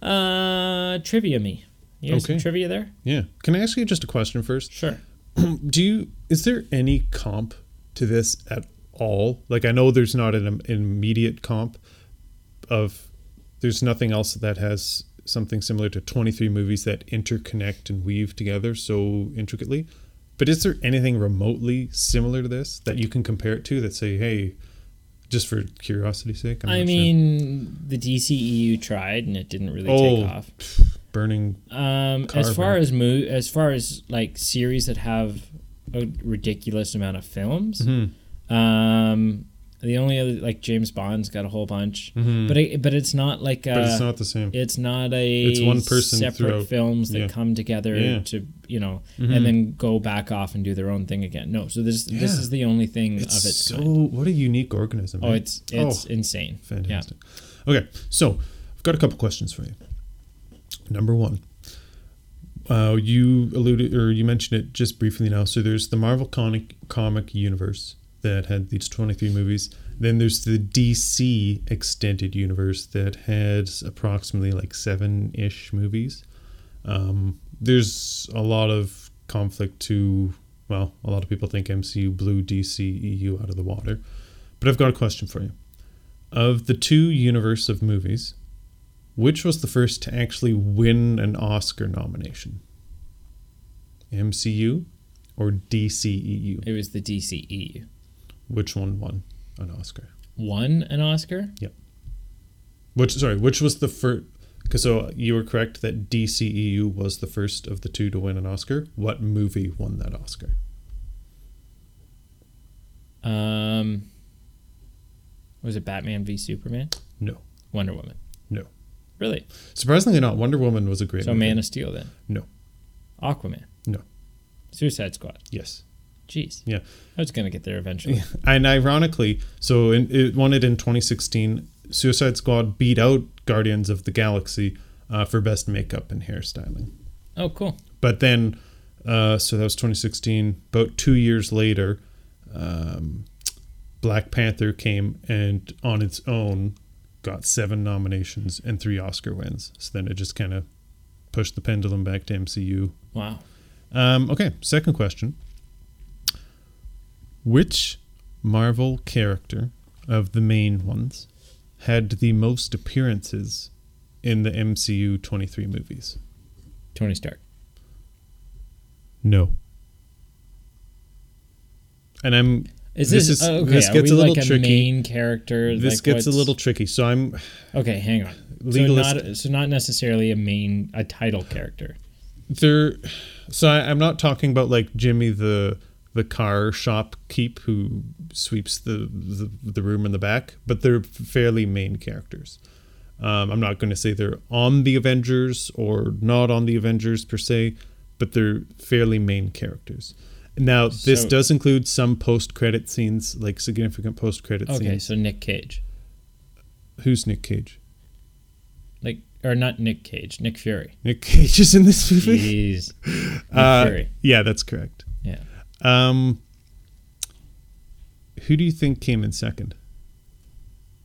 [SPEAKER 2] Uh, trivia me. You have some
[SPEAKER 1] Okay.
[SPEAKER 2] trivia there?
[SPEAKER 1] yeah. Can I ask you just a question first?
[SPEAKER 2] Sure.
[SPEAKER 1] Do you is there any comp to this at all? Like I know there's not an, an immediate comp of there's nothing else that has something similar to 23 movies that interconnect and weave together so intricately. But is there anything remotely similar to this that you can compare it to that say, hey, just for curiosity's sake? I'm not
[SPEAKER 2] I
[SPEAKER 1] sure.
[SPEAKER 2] mean, the DCEU tried and it didn't really
[SPEAKER 1] Oh,
[SPEAKER 2] take off.
[SPEAKER 1] burning.
[SPEAKER 2] Um, as far
[SPEAKER 1] Carver.
[SPEAKER 2] as mo- as far as like series that have a ridiculous amount of films,
[SPEAKER 1] Hmm.
[SPEAKER 2] um, The only other like James Bond's got a whole bunch, but it, but it's not like a,
[SPEAKER 1] Mm-hmm. but it's not the same.
[SPEAKER 2] it's not a
[SPEAKER 1] It's one person
[SPEAKER 2] separate
[SPEAKER 1] throughout.
[SPEAKER 2] films that
[SPEAKER 1] Yeah.
[SPEAKER 2] come together
[SPEAKER 1] Yeah. Mm-hmm.
[SPEAKER 2] to you know and then go back off and do their own thing again. No, so this this
[SPEAKER 1] Yeah.
[SPEAKER 2] is the only thing
[SPEAKER 1] It's
[SPEAKER 2] of its
[SPEAKER 1] so
[SPEAKER 2] kind.
[SPEAKER 1] what a unique organism.
[SPEAKER 2] Oh,
[SPEAKER 1] eh?
[SPEAKER 2] it's it's insane.
[SPEAKER 1] Fantastic. Okay, so I've got a couple questions for you. Number one, uh, you alluded or you mentioned it just briefly now. So there's the Marvel comic comic universe that had these 23 movies. Then there's the DC extended universe that had approximately like seven ish movies. Um, there's a lot of conflict to, well, a lot of people think MCU blew DC EU out of the water. But I've got a question for you. Of the two universe of movies, which was the first to actually win an Oscar nomination? MCU or DCEU?
[SPEAKER 2] It was the E DCEU.
[SPEAKER 1] Which one won an Oscar?
[SPEAKER 2] Won an Oscar?
[SPEAKER 1] Which sorry, which was the first? Because so you were correct that DCEU was the first of the two to win an Oscar. What movie won that Oscar?
[SPEAKER 2] Um, was it Batman v Superman?
[SPEAKER 1] No,
[SPEAKER 2] Wonder Woman?
[SPEAKER 1] No.
[SPEAKER 2] Really?
[SPEAKER 1] surprisingly not. Wonder Woman was a great.
[SPEAKER 2] so
[SPEAKER 1] movie.
[SPEAKER 2] Man of Steel then?
[SPEAKER 1] No.
[SPEAKER 2] Aquaman?
[SPEAKER 1] No.
[SPEAKER 2] Suicide Squad?
[SPEAKER 1] Yes.
[SPEAKER 2] Jeez.
[SPEAKER 1] Yeah.
[SPEAKER 2] I was gonna get there eventually.
[SPEAKER 1] And ironically, so in, it won it in 2016. Suicide Squad beat out Guardians of the Galaxy uh, for best makeup and hairstyling.
[SPEAKER 2] Oh, cool.
[SPEAKER 1] But then, uh, so that was 2016. About two years later, um, Black Panther came and on its own got seven nominations and three Oscar wins. So then it just kind of pushed the pendulum back to MCU.
[SPEAKER 2] Wow.
[SPEAKER 1] Um, okay, second question. Which Marvel character of the main ones had the most appearances in the MCU 23 movies?
[SPEAKER 2] Tony Stark.
[SPEAKER 1] No. And I'm
[SPEAKER 2] Is
[SPEAKER 1] This
[SPEAKER 2] this,
[SPEAKER 1] is-
[SPEAKER 2] oh, okay?
[SPEAKER 1] this
[SPEAKER 2] Are
[SPEAKER 1] gets
[SPEAKER 2] we
[SPEAKER 1] a little
[SPEAKER 2] like
[SPEAKER 1] tricky.
[SPEAKER 2] a main character?
[SPEAKER 1] this
[SPEAKER 2] Like,
[SPEAKER 1] gets a
[SPEAKER 2] what's-
[SPEAKER 1] little tricky. So I'm
[SPEAKER 2] okay. Hang on.
[SPEAKER 1] legalist.
[SPEAKER 2] So not, so not necessarily a main a title character.
[SPEAKER 1] there so I, I'm not talking about like Jimmy the the car shopkeep who sweeps the, the the room in the back, but they're fairly main characters. Um, I'm not going to say they're on the Avengers or not on the Avengers per se, but they're fairly main characters. Now, this
[SPEAKER 2] So-
[SPEAKER 1] does include some post-credit scenes, like significant post-credit
[SPEAKER 2] Okay,
[SPEAKER 1] scenes.
[SPEAKER 2] so Nick Cage,
[SPEAKER 1] Who's Nick Cage?
[SPEAKER 2] like or not Nick Cage, Nick Fury.
[SPEAKER 1] Nick Cage is in this movie.
[SPEAKER 2] Jeez. Nick
[SPEAKER 1] Uh,
[SPEAKER 2] Fury.
[SPEAKER 1] yeah, that's correct.
[SPEAKER 2] Yeah.
[SPEAKER 1] Um, who do you think came in second?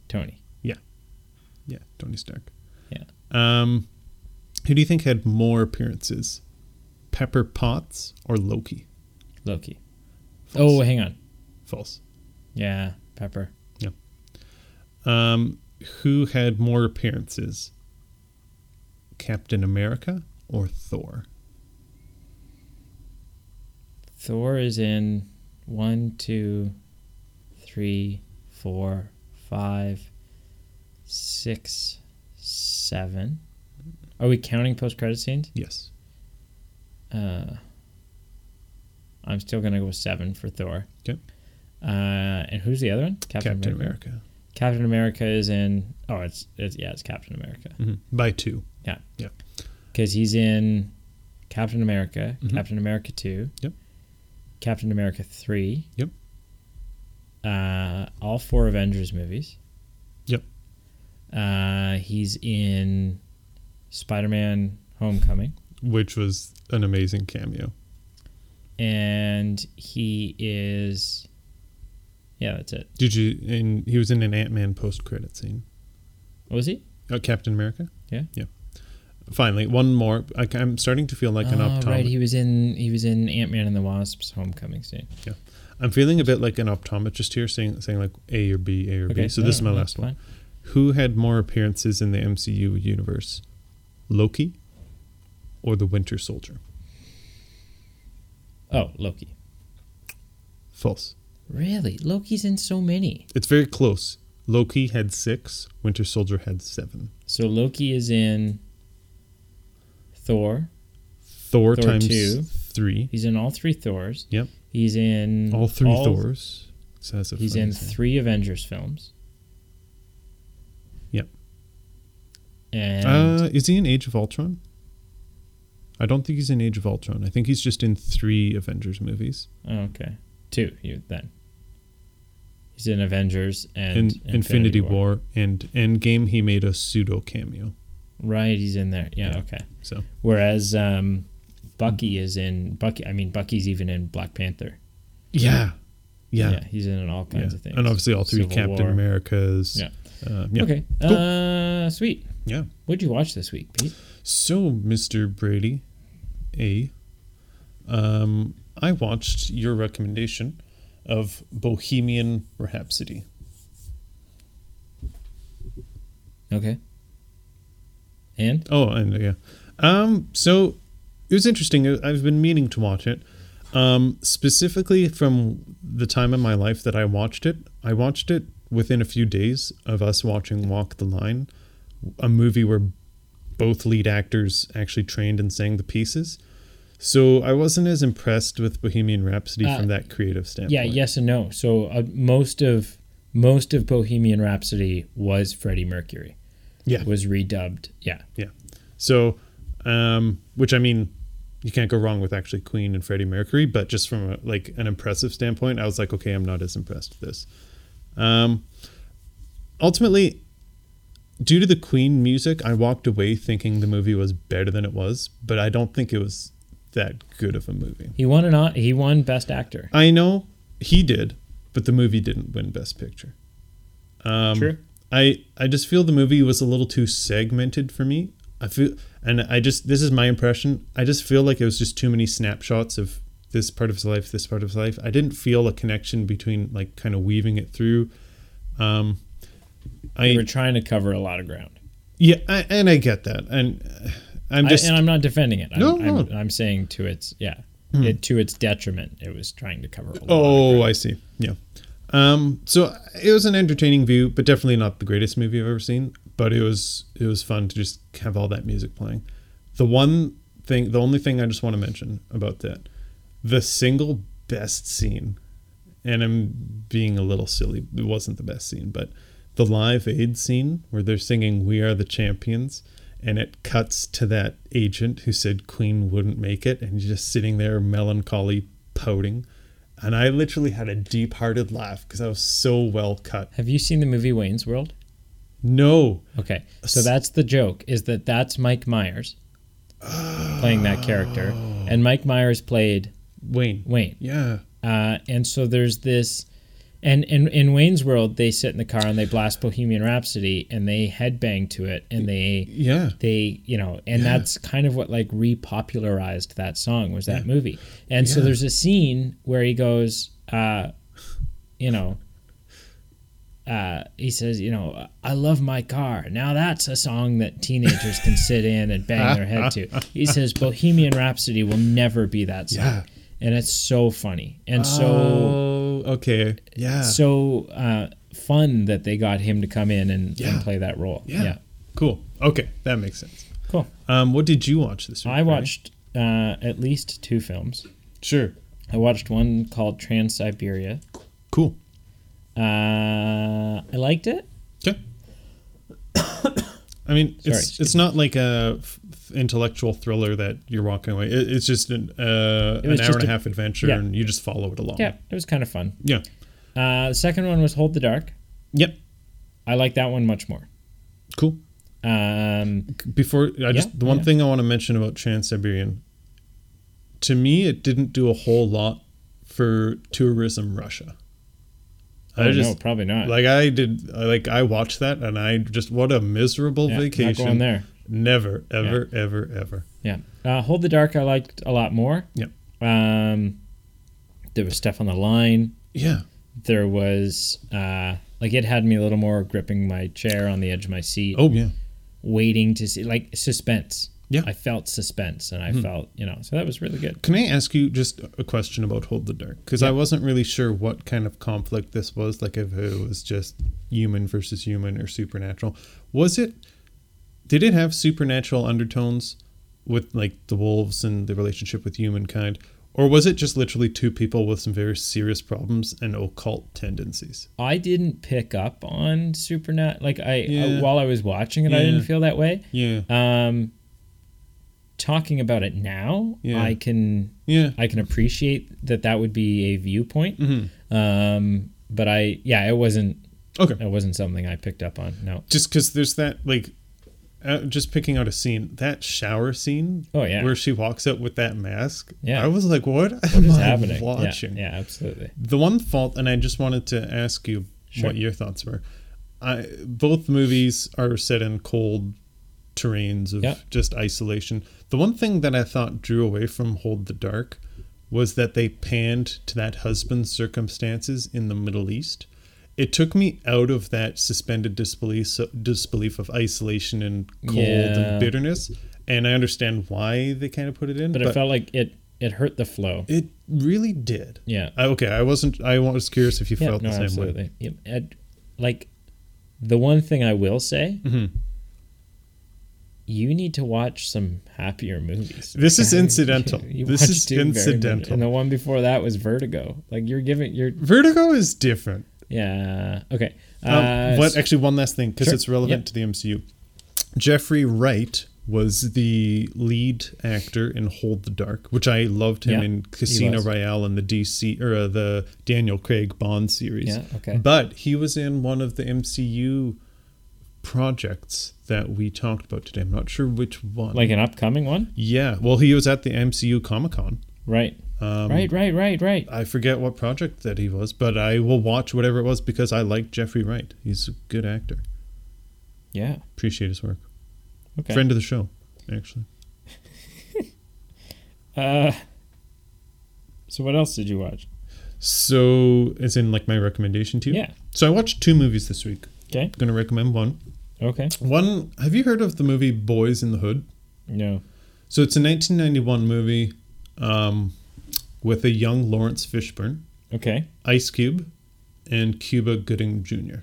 [SPEAKER 2] Tony.
[SPEAKER 1] Yeah, Tony Stark.
[SPEAKER 2] Yeah.
[SPEAKER 1] Um, who do you think had more appearances, Pepper Potts or Loki?
[SPEAKER 2] Loki.
[SPEAKER 1] False.
[SPEAKER 2] Oh, hang on.
[SPEAKER 1] false.
[SPEAKER 2] Yeah, Pepper.
[SPEAKER 1] Um, who had more appearances, Captain America or Thor?
[SPEAKER 2] Thor is in one, two, three, four, five, six, seven. Are we counting post credit scenes?
[SPEAKER 1] Yes.
[SPEAKER 2] Uh, I'm still gonna go with seven for Thor.
[SPEAKER 1] Okay.
[SPEAKER 2] Uh, and who's the other one? Captain,
[SPEAKER 1] Captain America.
[SPEAKER 2] Captain America is in. Oh, it's, it's yeah, it's Captain America
[SPEAKER 1] Mm-hmm. By two.
[SPEAKER 2] because he's in Captain America,
[SPEAKER 1] Mhm.
[SPEAKER 2] Captain America two,
[SPEAKER 1] Yep.
[SPEAKER 2] Captain America three,
[SPEAKER 1] Yep.
[SPEAKER 2] uh, all four Avengers movies,
[SPEAKER 1] Yep.
[SPEAKER 2] uh, he's in Spider Man Homecoming,
[SPEAKER 1] Which was an amazing cameo.
[SPEAKER 2] and he is, yeah, that's it.
[SPEAKER 1] Did you? And he was in an Ant Man post credit scene.
[SPEAKER 2] Was he?
[SPEAKER 1] Uh, Captain America.
[SPEAKER 2] Yeah.
[SPEAKER 1] Yeah. Finally, one more. I, am starting to feel like an
[SPEAKER 2] Oh,
[SPEAKER 1] optometrist.
[SPEAKER 2] right, he was in he was in Ant Man and the Wasp's Homecoming scene.
[SPEAKER 1] I'm feeling a bit like an optometrist here, saying saying like A or B, A or B. So
[SPEAKER 2] oh, no,
[SPEAKER 1] this is my
[SPEAKER 2] no,
[SPEAKER 1] last
[SPEAKER 2] that's
[SPEAKER 1] one. Who had more appearances in the MCU universe, Loki, or the Winter Soldier?
[SPEAKER 2] fine. Oh, Loki.
[SPEAKER 1] False.
[SPEAKER 2] Really, Loki's in so many.
[SPEAKER 1] It's very close. Loki had six. Winter Soldier had seven.
[SPEAKER 2] So Loki is in Thor.
[SPEAKER 1] Thor,
[SPEAKER 2] Thor
[SPEAKER 1] times
[SPEAKER 2] two.
[SPEAKER 1] three.
[SPEAKER 2] He's in all three Thors.
[SPEAKER 1] Yep.
[SPEAKER 2] He's in
[SPEAKER 1] All three Thors. So that's a
[SPEAKER 2] Mm. He's
[SPEAKER 1] funny
[SPEAKER 2] in
[SPEAKER 1] thing.
[SPEAKER 2] three Avengers films.
[SPEAKER 1] Yep.
[SPEAKER 2] And
[SPEAKER 1] Uh, is he in Age of Ultron? I don't think he's in Age of Ultron. I think he's just in three Avengers movies.
[SPEAKER 2] oh, okay, two you then. He's in Avengers and
[SPEAKER 1] In Infinity, War. and Endgame, he made a pseudo cameo.
[SPEAKER 2] Right, he's in there. Yeah,
[SPEAKER 1] Yeah.
[SPEAKER 2] okay.
[SPEAKER 1] So
[SPEAKER 2] Whereas um, Bucky is in Bucky. I mean, Bucky's even in Black Panther.
[SPEAKER 1] yeah, yeah, yeah.
[SPEAKER 2] he's in all kinds of things.
[SPEAKER 1] And obviously, all three
[SPEAKER 2] Civil
[SPEAKER 1] Captain
[SPEAKER 2] War.
[SPEAKER 1] Americas.
[SPEAKER 2] Yeah.
[SPEAKER 1] Um, yeah.
[SPEAKER 2] Okay.
[SPEAKER 1] Cool.
[SPEAKER 2] Uh, sweet.
[SPEAKER 1] Yeah.
[SPEAKER 2] What'd you watch this week, Pete?
[SPEAKER 1] So, Mr. Brady, A, um, I watched your recommendation of Bohemian Rhapsody.
[SPEAKER 2] Okay. And
[SPEAKER 1] Oh, and yeah. Um, so it was interesting. I- I've been meaning to watch it. Um, specifically from the time in my life that I watched it, I watched it within a few days of us watching Walk the Line, a movie where both lead actors actually trained and sang the pieces. So I wasn't as impressed with Bohemian Rhapsody
[SPEAKER 2] Uh,
[SPEAKER 1] from that creative standpoint.
[SPEAKER 2] yeah, yes and no. So uh, most of most of Bohemian Rhapsody was Freddie Mercury.
[SPEAKER 1] Yeah.
[SPEAKER 2] Was redubbed. Yeah.
[SPEAKER 1] Yeah. So, um, which I mean, you can't go wrong with actually Queen and Freddie Mercury, but just from a, like an impressive standpoint, I was like, okay, I'm not as impressed with this. Um, ultimately, due to the Queen music, I walked away thinking the movie was better than it was, but I don't think it was that good of a movie.
[SPEAKER 2] He won an o- he won Best Actor.
[SPEAKER 1] I know he did, but the movie didn't win Best Picture. Um,
[SPEAKER 2] True.
[SPEAKER 1] I I just feel the movie was a little too segmented for me. I feel, and I just this is my impression. I just feel like it was just too many snapshots of this part of his life, this part of his life. I didn't feel a connection between like kind of weaving it through. Um, I
[SPEAKER 2] We were trying to cover a lot of ground.
[SPEAKER 1] yeah, I, and I get that, and uh, I'm
[SPEAKER 2] I-
[SPEAKER 1] just
[SPEAKER 2] and I'm not defending it. I'm,
[SPEAKER 1] No,
[SPEAKER 2] I'm,
[SPEAKER 1] no. Hmm.
[SPEAKER 2] I'm saying to its yeah, it, to its detriment, it was trying to cover a lot.
[SPEAKER 1] Oh, I see. Yeah. Um, so it was an entertaining view, but definitely not the greatest movie I've ever seen. But it was it was fun to just have all that music playing. The one thing, the only thing I just want to mention about that, the single best scene, and I'm being a little silly. It wasn't the best scene, but the Live Aid scene where they're singing "We Are the Champions." And it cuts to that agent who said Queen wouldn't make it, and he's just sitting there, melancholy, pouting. And I literally had a deep hearted laugh because I was so well cut.
[SPEAKER 2] Have you seen the movie Wayne's World?
[SPEAKER 1] No.
[SPEAKER 2] Okay, so that's the joke is that that's Mike Myers playing that character, and Mike Myers played
[SPEAKER 1] Wayne.
[SPEAKER 2] Wayne.
[SPEAKER 1] Yeah.
[SPEAKER 2] Uh, and so there's this, and in in Wayne's World, they sit in the car and they blast Bohemian Rhapsody and they headbang to it and they
[SPEAKER 1] Yeah.
[SPEAKER 2] they you know and
[SPEAKER 1] Yeah.
[SPEAKER 2] that's kind of what like repopularized that song was that movie and so
[SPEAKER 1] Yeah.
[SPEAKER 2] there's a scene where he goes uh you know uh he says you know i love my car now that's a song that teenagers can sit in and bang their head to he says bohemian rhapsody will never be that song
[SPEAKER 1] Yeah.
[SPEAKER 2] and it's so funny and so
[SPEAKER 1] Oh, okay. Yeah.
[SPEAKER 2] so uh fun that they got him to come in and,
[SPEAKER 1] Yeah.
[SPEAKER 2] and play that role
[SPEAKER 1] yeah. Cool. Okay. That makes sense.
[SPEAKER 2] cool
[SPEAKER 1] Um, what did you watch this week?
[SPEAKER 2] I
[SPEAKER 1] Brady?
[SPEAKER 2] watched uh, at least two films.
[SPEAKER 1] Sure.
[SPEAKER 2] I watched one called Trans Siberia.
[SPEAKER 1] Cool.
[SPEAKER 2] Uh, I liked it.
[SPEAKER 1] Okay. I mean,
[SPEAKER 2] Sorry,
[SPEAKER 1] it's
[SPEAKER 2] excuse
[SPEAKER 1] it's not like a f- intellectual thriller that you're walking away. It, it's just an uh, an
[SPEAKER 2] It
[SPEAKER 1] hour
[SPEAKER 2] was just
[SPEAKER 1] and a
[SPEAKER 2] a-
[SPEAKER 1] half adventure,
[SPEAKER 2] yeah.
[SPEAKER 1] and you just follow it along.
[SPEAKER 2] Yeah, it was kind of fun.
[SPEAKER 1] Yeah.
[SPEAKER 2] Uh, the second one was Hold the Dark.
[SPEAKER 1] Yep.
[SPEAKER 2] I like that one much more.
[SPEAKER 1] Cool.
[SPEAKER 2] Um,
[SPEAKER 1] before I just
[SPEAKER 2] Yeah,
[SPEAKER 1] the one
[SPEAKER 2] yeah.
[SPEAKER 1] thing I want to mention about Trans Siberian. To me, it didn't do a whole lot for tourism Russia. I
[SPEAKER 2] oh, no,
[SPEAKER 1] just
[SPEAKER 2] probably not.
[SPEAKER 1] like I did I- like I watched that and I just what a miserable
[SPEAKER 2] Yeah,
[SPEAKER 1] vacation.
[SPEAKER 2] Not going there.
[SPEAKER 1] Never, ever, ever, ever.
[SPEAKER 2] Yeah. Uh, Hold the Dark, I liked a lot more.
[SPEAKER 1] Yep.
[SPEAKER 2] Um, there was stuff on the line.
[SPEAKER 1] Yeah.
[SPEAKER 2] There was uh, like it had me a little more gripping my chair on the edge of my seat.
[SPEAKER 1] Oh yeah.
[SPEAKER 2] waiting to see like suspense.
[SPEAKER 1] Yeah. Hmm.
[SPEAKER 2] I felt suspense and I felt, you know, so that was really good.
[SPEAKER 1] Can I ask you just a question about Hold the Dark? Because I wasn't really sure what kind of conflict this was. Like if it was just human versus human or supernatural. Was it? Did it have supernatural undertones with like the wolves and the relationship with humankind, Or was it just literally two people with some very serious problems and occult tendencies?
[SPEAKER 2] I didn't pick up on Supernat. Like I,
[SPEAKER 1] Yeah.
[SPEAKER 2] I while I was watching it, I
[SPEAKER 1] Yeah.
[SPEAKER 2] didn't feel that way.
[SPEAKER 1] Yeah.
[SPEAKER 2] Um, talking about it now,
[SPEAKER 1] Yeah.
[SPEAKER 2] I can
[SPEAKER 1] Yeah.
[SPEAKER 2] I can appreciate that that would be a viewpoint.
[SPEAKER 1] Mhm.
[SPEAKER 2] Um, but I, yeah, it wasn't.
[SPEAKER 1] Okay.
[SPEAKER 2] It wasn't something I picked up on. No.
[SPEAKER 1] Just because there's that, like, uh, just picking out a scene, that shower scene
[SPEAKER 2] Oh yeah.
[SPEAKER 1] where she walks out with that mask.
[SPEAKER 2] Yeah.
[SPEAKER 1] I was like, what,
[SPEAKER 2] what
[SPEAKER 1] am
[SPEAKER 2] is
[SPEAKER 1] I
[SPEAKER 2] happening? Yeah,
[SPEAKER 1] watching?
[SPEAKER 2] yeah, absolutely.
[SPEAKER 1] The one fault, and I just wanted to ask you
[SPEAKER 2] Sure.
[SPEAKER 1] what your thoughts were. I, both movies are set in cold terrains of
[SPEAKER 2] Yeah.
[SPEAKER 1] just isolation. The one thing that I thought drew away from Hold the Dark was that they panned to that husband's circumstances in the Middle East. It took me out of that suspended disbelief disbelief of isolation and cold
[SPEAKER 2] Yeah.
[SPEAKER 1] and bitterness, and I understand why they kind of put it in.
[SPEAKER 2] But, it felt like it it hurt the flow.
[SPEAKER 1] it really did.
[SPEAKER 2] Yeah.
[SPEAKER 1] I, okay, I wasn't. I was curious if you
[SPEAKER 2] Yeah.
[SPEAKER 1] felt
[SPEAKER 2] No,
[SPEAKER 1] the same way.
[SPEAKER 2] absolutely. Yeah, and, like the one thing I will say,
[SPEAKER 1] Mhm.
[SPEAKER 2] you need to watch some happier movies.
[SPEAKER 1] This is incidental.
[SPEAKER 2] You
[SPEAKER 1] this
[SPEAKER 2] watched
[SPEAKER 1] is
[SPEAKER 2] Dune very much,
[SPEAKER 1] incidental.
[SPEAKER 2] And the one before that was Vertigo. Like you're giving you're
[SPEAKER 1] Vertigo is different.
[SPEAKER 2] yeah okay.
[SPEAKER 1] Um,
[SPEAKER 2] Uh,
[SPEAKER 1] what? Actually, one last thing because
[SPEAKER 2] sure,
[SPEAKER 1] it's relevant
[SPEAKER 2] yeah.
[SPEAKER 1] to the MCU. Jeffrey Wright was the lead actor in Hold the Dark, which I loved him
[SPEAKER 2] Yeah,
[SPEAKER 1] in Casino
[SPEAKER 2] was.
[SPEAKER 1] Royale and the DC or uh, the Daniel Craig Bond series.
[SPEAKER 2] Yeah, okay.
[SPEAKER 1] But he was in one of the MCU projects that we talked about today. I'm not sure which one.
[SPEAKER 2] like an upcoming one,
[SPEAKER 1] yeah, well, he was at the MCU Comic Con.
[SPEAKER 2] right?
[SPEAKER 1] Um,
[SPEAKER 2] right, right, right, right.
[SPEAKER 1] I forget what project that he was, but I will watch whatever it was because I like Jeffrey Wright. He's a good actor.
[SPEAKER 2] Yeah.
[SPEAKER 1] Appreciate his work.
[SPEAKER 2] Okay.
[SPEAKER 1] Friend of the show, actually.
[SPEAKER 2] Uh, so what else did you watch?
[SPEAKER 1] So, as in like my recommendation to you.
[SPEAKER 2] Yeah.
[SPEAKER 1] So I watched two movies this week.
[SPEAKER 2] Okay.
[SPEAKER 1] Going to recommend one.
[SPEAKER 2] Okay.
[SPEAKER 1] One. Have you heard of the movie Boys in the Hood?
[SPEAKER 2] No.
[SPEAKER 1] So it's a 1991 movie, um, with a young Lawrence Fishburne,
[SPEAKER 2] Okay.
[SPEAKER 1] Ice Cube, and Cuba Gooding Jr.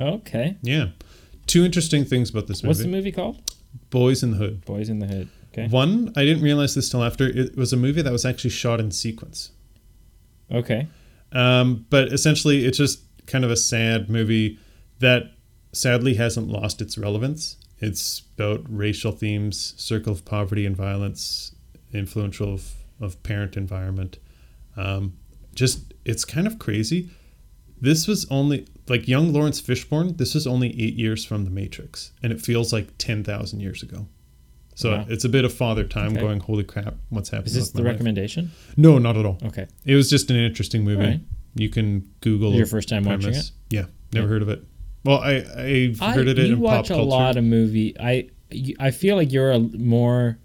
[SPEAKER 2] Okay.
[SPEAKER 1] Yeah. Two interesting things about this
[SPEAKER 2] What's
[SPEAKER 1] movie.
[SPEAKER 2] the movie called?
[SPEAKER 1] Boys in the Hood.
[SPEAKER 2] Boys in the Hood. Okay.
[SPEAKER 1] One, I didn't realize this till after. It was a movie that was actually shot in sequence.
[SPEAKER 2] Okay.
[SPEAKER 1] Um, but essentially, it's just kind of a sad movie that sadly hasn't lost its relevance. It's about racial themes, circle of poverty and violence, influential of, of parent environment. Um, just, it's kind of crazy. This was only, like young Lawrence Fishburne, this was only eight years from The Matrix, and it feels like 10,000 years ago. So
[SPEAKER 2] Wow.
[SPEAKER 1] it's a bit of father time
[SPEAKER 2] Okay.
[SPEAKER 1] going, holy crap, what's happening?
[SPEAKER 2] Is this
[SPEAKER 1] with
[SPEAKER 2] the
[SPEAKER 1] my life?"
[SPEAKER 2] recommendation?
[SPEAKER 1] No, not at all.
[SPEAKER 2] Okay.
[SPEAKER 1] It was just an interesting movie.
[SPEAKER 2] Alright.
[SPEAKER 1] You can Google
[SPEAKER 2] Your first time watching it?
[SPEAKER 1] Yeah, never
[SPEAKER 2] Yeah.
[SPEAKER 1] heard of it. Well, I I've
[SPEAKER 2] I,
[SPEAKER 1] heard of it
[SPEAKER 2] you
[SPEAKER 1] in pop
[SPEAKER 2] watch a
[SPEAKER 1] culture.
[SPEAKER 2] lot of movie. I you- I feel like you're a more.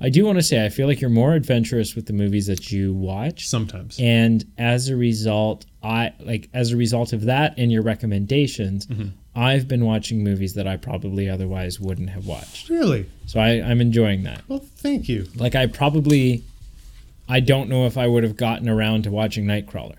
[SPEAKER 2] I do want to say I feel like you're more adventurous with the movies that you watch.
[SPEAKER 1] Sometimes,
[SPEAKER 2] and as a result i like as a result of that and your recommendations
[SPEAKER 1] Mm-hmm.
[SPEAKER 2] i've been watching movies that i probably otherwise wouldn't have watched
[SPEAKER 1] really.
[SPEAKER 2] so I, i'm enjoying that
[SPEAKER 1] Well, thank you.
[SPEAKER 2] like i probably i don't know if i would have gotten around to watching nightcrawler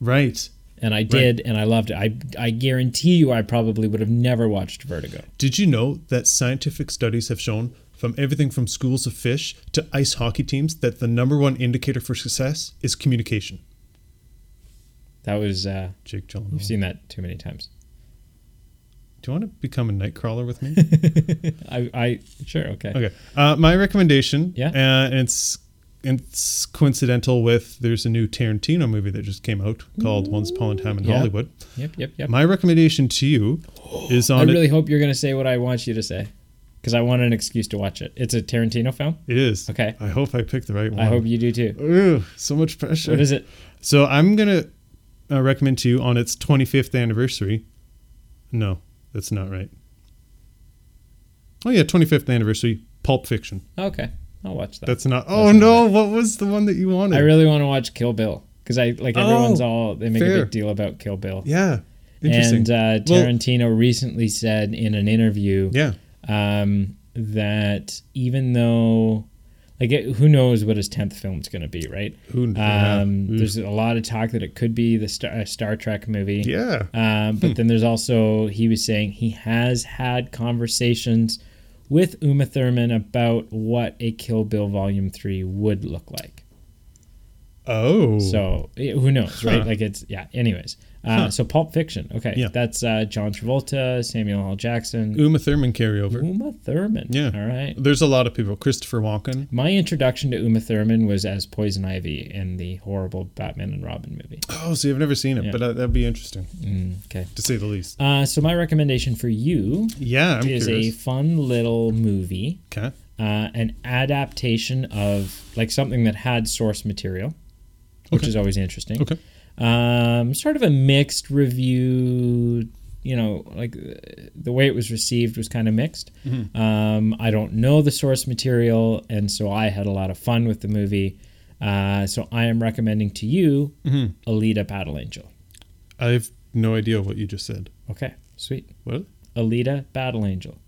[SPEAKER 1] Right?
[SPEAKER 2] and i did and i loved it I, I guarantee you i probably would have never watched vertigo
[SPEAKER 1] Did you know that scientific studies have shown, from everything from schools of fish to ice hockey teams, that the number one indicator for success is communication.
[SPEAKER 2] that was uh,
[SPEAKER 1] Jake Gyllenhaal.
[SPEAKER 2] i've seen that too many times
[SPEAKER 1] Do you want to become a nightcrawler with me?
[SPEAKER 2] i i sure okay,
[SPEAKER 1] Okay. Uh, my recommendation.
[SPEAKER 2] Yeah.
[SPEAKER 1] Uh, and it's it's coincidental with there's a new Tarantino movie that just came out called Once Upon a Time in
[SPEAKER 2] Yeah.
[SPEAKER 1] Hollywood.
[SPEAKER 2] yep yep yep
[SPEAKER 1] My recommendation to you is
[SPEAKER 2] i
[SPEAKER 1] on
[SPEAKER 2] really hope you're going to say what i want you to say because i want an excuse to watch it it's a tarantino film
[SPEAKER 1] it is.
[SPEAKER 2] Okay.
[SPEAKER 1] I hope I picked the right one.
[SPEAKER 2] I hope you do too.
[SPEAKER 1] Ugh, so much pressure.
[SPEAKER 2] What is it?
[SPEAKER 1] So I'm gonna uh, recommend to you on its 25th anniversary. No, that's not right. Oh yeah, 25th anniversary. Pulp Fiction.
[SPEAKER 2] Okay, I'll watch that.
[SPEAKER 1] That's not. Oh
[SPEAKER 2] not
[SPEAKER 1] no! What was the one that you wanted?
[SPEAKER 2] I really want to watch Kill Bill because I like
[SPEAKER 1] Oh,
[SPEAKER 2] everyone's all they make a
[SPEAKER 1] fair.
[SPEAKER 2] big deal about Kill Bill.
[SPEAKER 1] yeah. Interesting.
[SPEAKER 2] And uh,
[SPEAKER 1] Well-
[SPEAKER 2] Tarantino recently said in an interview
[SPEAKER 1] yeah.
[SPEAKER 2] um, that even though, like, it, who knows what his tenth film's going to be, right?
[SPEAKER 1] Who
[SPEAKER 2] Um,
[SPEAKER 1] Mm.
[SPEAKER 2] There's a lot of talk that it could be the Star, a Star Trek movie.
[SPEAKER 1] yeah. Hmm.
[SPEAKER 2] Um, but then there's also he was saying he has had conversations with Uma Thurman about what a Kill Bill Volume Three would look like.
[SPEAKER 1] Oh.
[SPEAKER 2] So eh, who knows, right?
[SPEAKER 1] Huh.
[SPEAKER 2] Like it's yeah. Anyways, uh,
[SPEAKER 1] Huh.
[SPEAKER 2] so Pulp Fiction. Okay,
[SPEAKER 1] Yeah.
[SPEAKER 2] that's uh, John Travolta, Samuel L. Jackson,
[SPEAKER 1] Uma Thurman carryover.
[SPEAKER 2] Uma Thurman.
[SPEAKER 1] Yeah.
[SPEAKER 2] All right.
[SPEAKER 1] There's a lot of people. Christopher Walken.
[SPEAKER 2] My introduction to Uma Thurman was as Poison Ivy in the horrible Batman and Robin movie.
[SPEAKER 1] Oh, see, I've never seen it,
[SPEAKER 2] Yeah.
[SPEAKER 1] but uh, that'd be interesting
[SPEAKER 2] Mm, okay.
[SPEAKER 1] to say the least.
[SPEAKER 2] Uh, so my recommendation for you
[SPEAKER 1] Yeah, I'm
[SPEAKER 2] is
[SPEAKER 1] curious.
[SPEAKER 2] a fun little movie,
[SPEAKER 1] okay.
[SPEAKER 2] uh, an adaptation of like something that had source material, which
[SPEAKER 1] Okay.
[SPEAKER 2] is always interesting.
[SPEAKER 1] Okay.
[SPEAKER 2] Um, sort of a mixed review. You know, like uh, the way it was received was kind of mixed.
[SPEAKER 1] Mm-hmm.
[SPEAKER 2] Um, I don't know the source material, and so I had a lot of fun with the movie. Uh, so I am recommending to you
[SPEAKER 1] Mm-hmm.
[SPEAKER 2] Alita Battle Angel.
[SPEAKER 1] I have no idea what you just said.
[SPEAKER 2] Okay, sweet.
[SPEAKER 1] What?
[SPEAKER 2] Alita Battle Angel.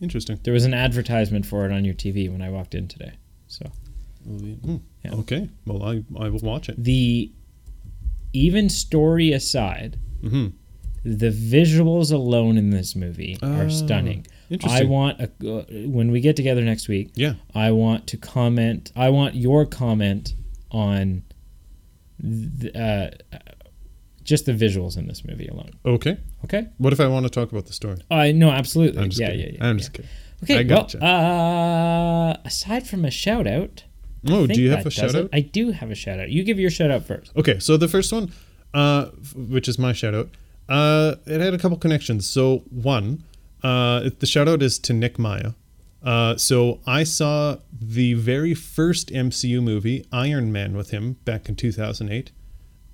[SPEAKER 1] Interesting.
[SPEAKER 2] There was an advertisement for it on your TV when I walked in today. So
[SPEAKER 1] Hmm.
[SPEAKER 2] Yeah.
[SPEAKER 1] Okay. Well, I, I will watch it.
[SPEAKER 2] the even story aside,
[SPEAKER 1] Mhm.
[SPEAKER 2] the visuals alone in this movie
[SPEAKER 1] Oh,
[SPEAKER 2] are stunning. I
[SPEAKER 1] Interesting.
[SPEAKER 2] want a, uh, when we get together next week,
[SPEAKER 1] yeah.
[SPEAKER 2] I want to comment. I want your comment on th- uh, just the visuals in this movie alone.
[SPEAKER 1] Okay.
[SPEAKER 2] Okay.
[SPEAKER 1] What if I want to talk about the story?
[SPEAKER 2] I no, absolutely.
[SPEAKER 1] I'm just
[SPEAKER 2] yeah,
[SPEAKER 1] kidding.
[SPEAKER 2] yeah, yeah,
[SPEAKER 1] I'm
[SPEAKER 2] yeah.
[SPEAKER 1] just kidding.
[SPEAKER 2] Okay.
[SPEAKER 1] I gotcha.
[SPEAKER 2] Well, uh, aside from a shout out.
[SPEAKER 1] Oh, do
[SPEAKER 2] think
[SPEAKER 1] you have
[SPEAKER 2] that
[SPEAKER 1] a
[SPEAKER 2] does
[SPEAKER 1] shout
[SPEAKER 2] it.
[SPEAKER 1] out?
[SPEAKER 2] I do have a shout out. You give your shout out first.
[SPEAKER 1] Okay, so the first one, uh, f- which is my shout out, uh, it had a couple connections. So, one, uh, it- the shout out is to Nick Maya. Uh, so, I saw the very first MCU movie, Iron Man, with him back in 2008.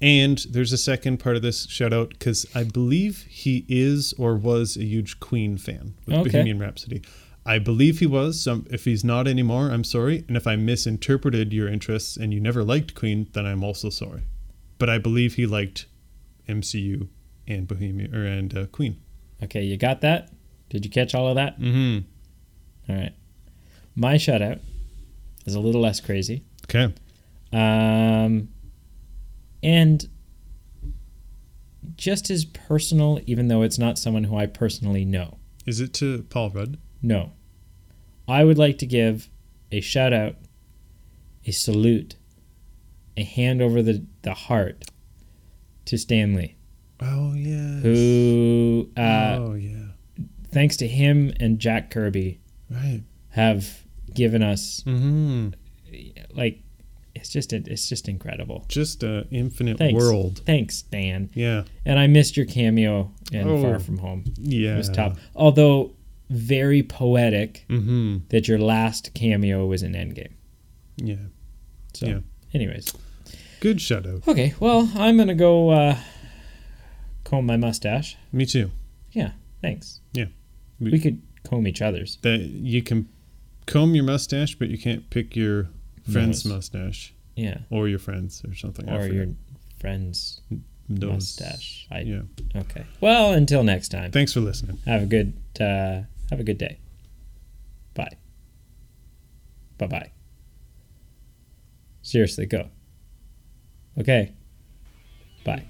[SPEAKER 1] And there's a second part of this shout out because I believe he is or was a huge Queen fan with
[SPEAKER 2] Okay.
[SPEAKER 1] Bohemian Rhapsody. I believe he was. So if he's not anymore, I'm sorry. And if I misinterpreted your interests and you never liked Queen, then I'm also sorry. But I believe he liked MCU and Bohemian or and uh, Queen.
[SPEAKER 2] Okay, you got that? Did you catch all of that?
[SPEAKER 1] Mm-hmm.
[SPEAKER 2] All right. My shout out is a little less crazy.
[SPEAKER 1] Okay.
[SPEAKER 2] Um, and just as personal, even though it's not someone who I personally know.
[SPEAKER 1] Is it to Paul Rudd?
[SPEAKER 2] No. I would like to give a shout out, a salute, a hand over the, the heart to Stanley,
[SPEAKER 1] Oh yeah.
[SPEAKER 2] who uh,
[SPEAKER 1] oh yeah.
[SPEAKER 2] thanks to him and Jack Kirby,
[SPEAKER 1] Right.
[SPEAKER 2] have given us.
[SPEAKER 1] Mm-hmm.
[SPEAKER 2] Like, it's just it's just incredible.
[SPEAKER 1] Just a infinite
[SPEAKER 2] Thanks,
[SPEAKER 1] world.
[SPEAKER 2] Thanks, Dan.
[SPEAKER 1] Yeah.
[SPEAKER 2] And I missed your cameo in
[SPEAKER 1] Oh, Uh-huh.
[SPEAKER 2] Far From Home.
[SPEAKER 1] Yeah.
[SPEAKER 2] It was tough. Although very poetic
[SPEAKER 1] Mm-hmm.
[SPEAKER 2] that your last cameo was in Endgame.
[SPEAKER 1] Yeah.
[SPEAKER 2] So,
[SPEAKER 1] Yeah.
[SPEAKER 2] anyways,
[SPEAKER 1] Good shout out.
[SPEAKER 2] okay. Well, I'm gonna go uh, comb my mustache.
[SPEAKER 1] Me too.
[SPEAKER 2] Yeah. Thanks.
[SPEAKER 1] Yeah. We-
[SPEAKER 2] We, could comb each other's.
[SPEAKER 1] that you can comb your mustache, but you can't pick your friend's
[SPEAKER 2] Nose.
[SPEAKER 1] mustache
[SPEAKER 2] Yeah.
[SPEAKER 1] or your friend's or something. I
[SPEAKER 2] Or
[SPEAKER 1] forget.
[SPEAKER 2] your friend's
[SPEAKER 1] Those-
[SPEAKER 2] mustache. I,
[SPEAKER 1] Yeah.
[SPEAKER 2] Okay. Well, until next time.
[SPEAKER 1] Thanks for listening.
[SPEAKER 2] Have a good uh, have a good day. Bye. Bye bye. Seriously, go. Okay. Bye.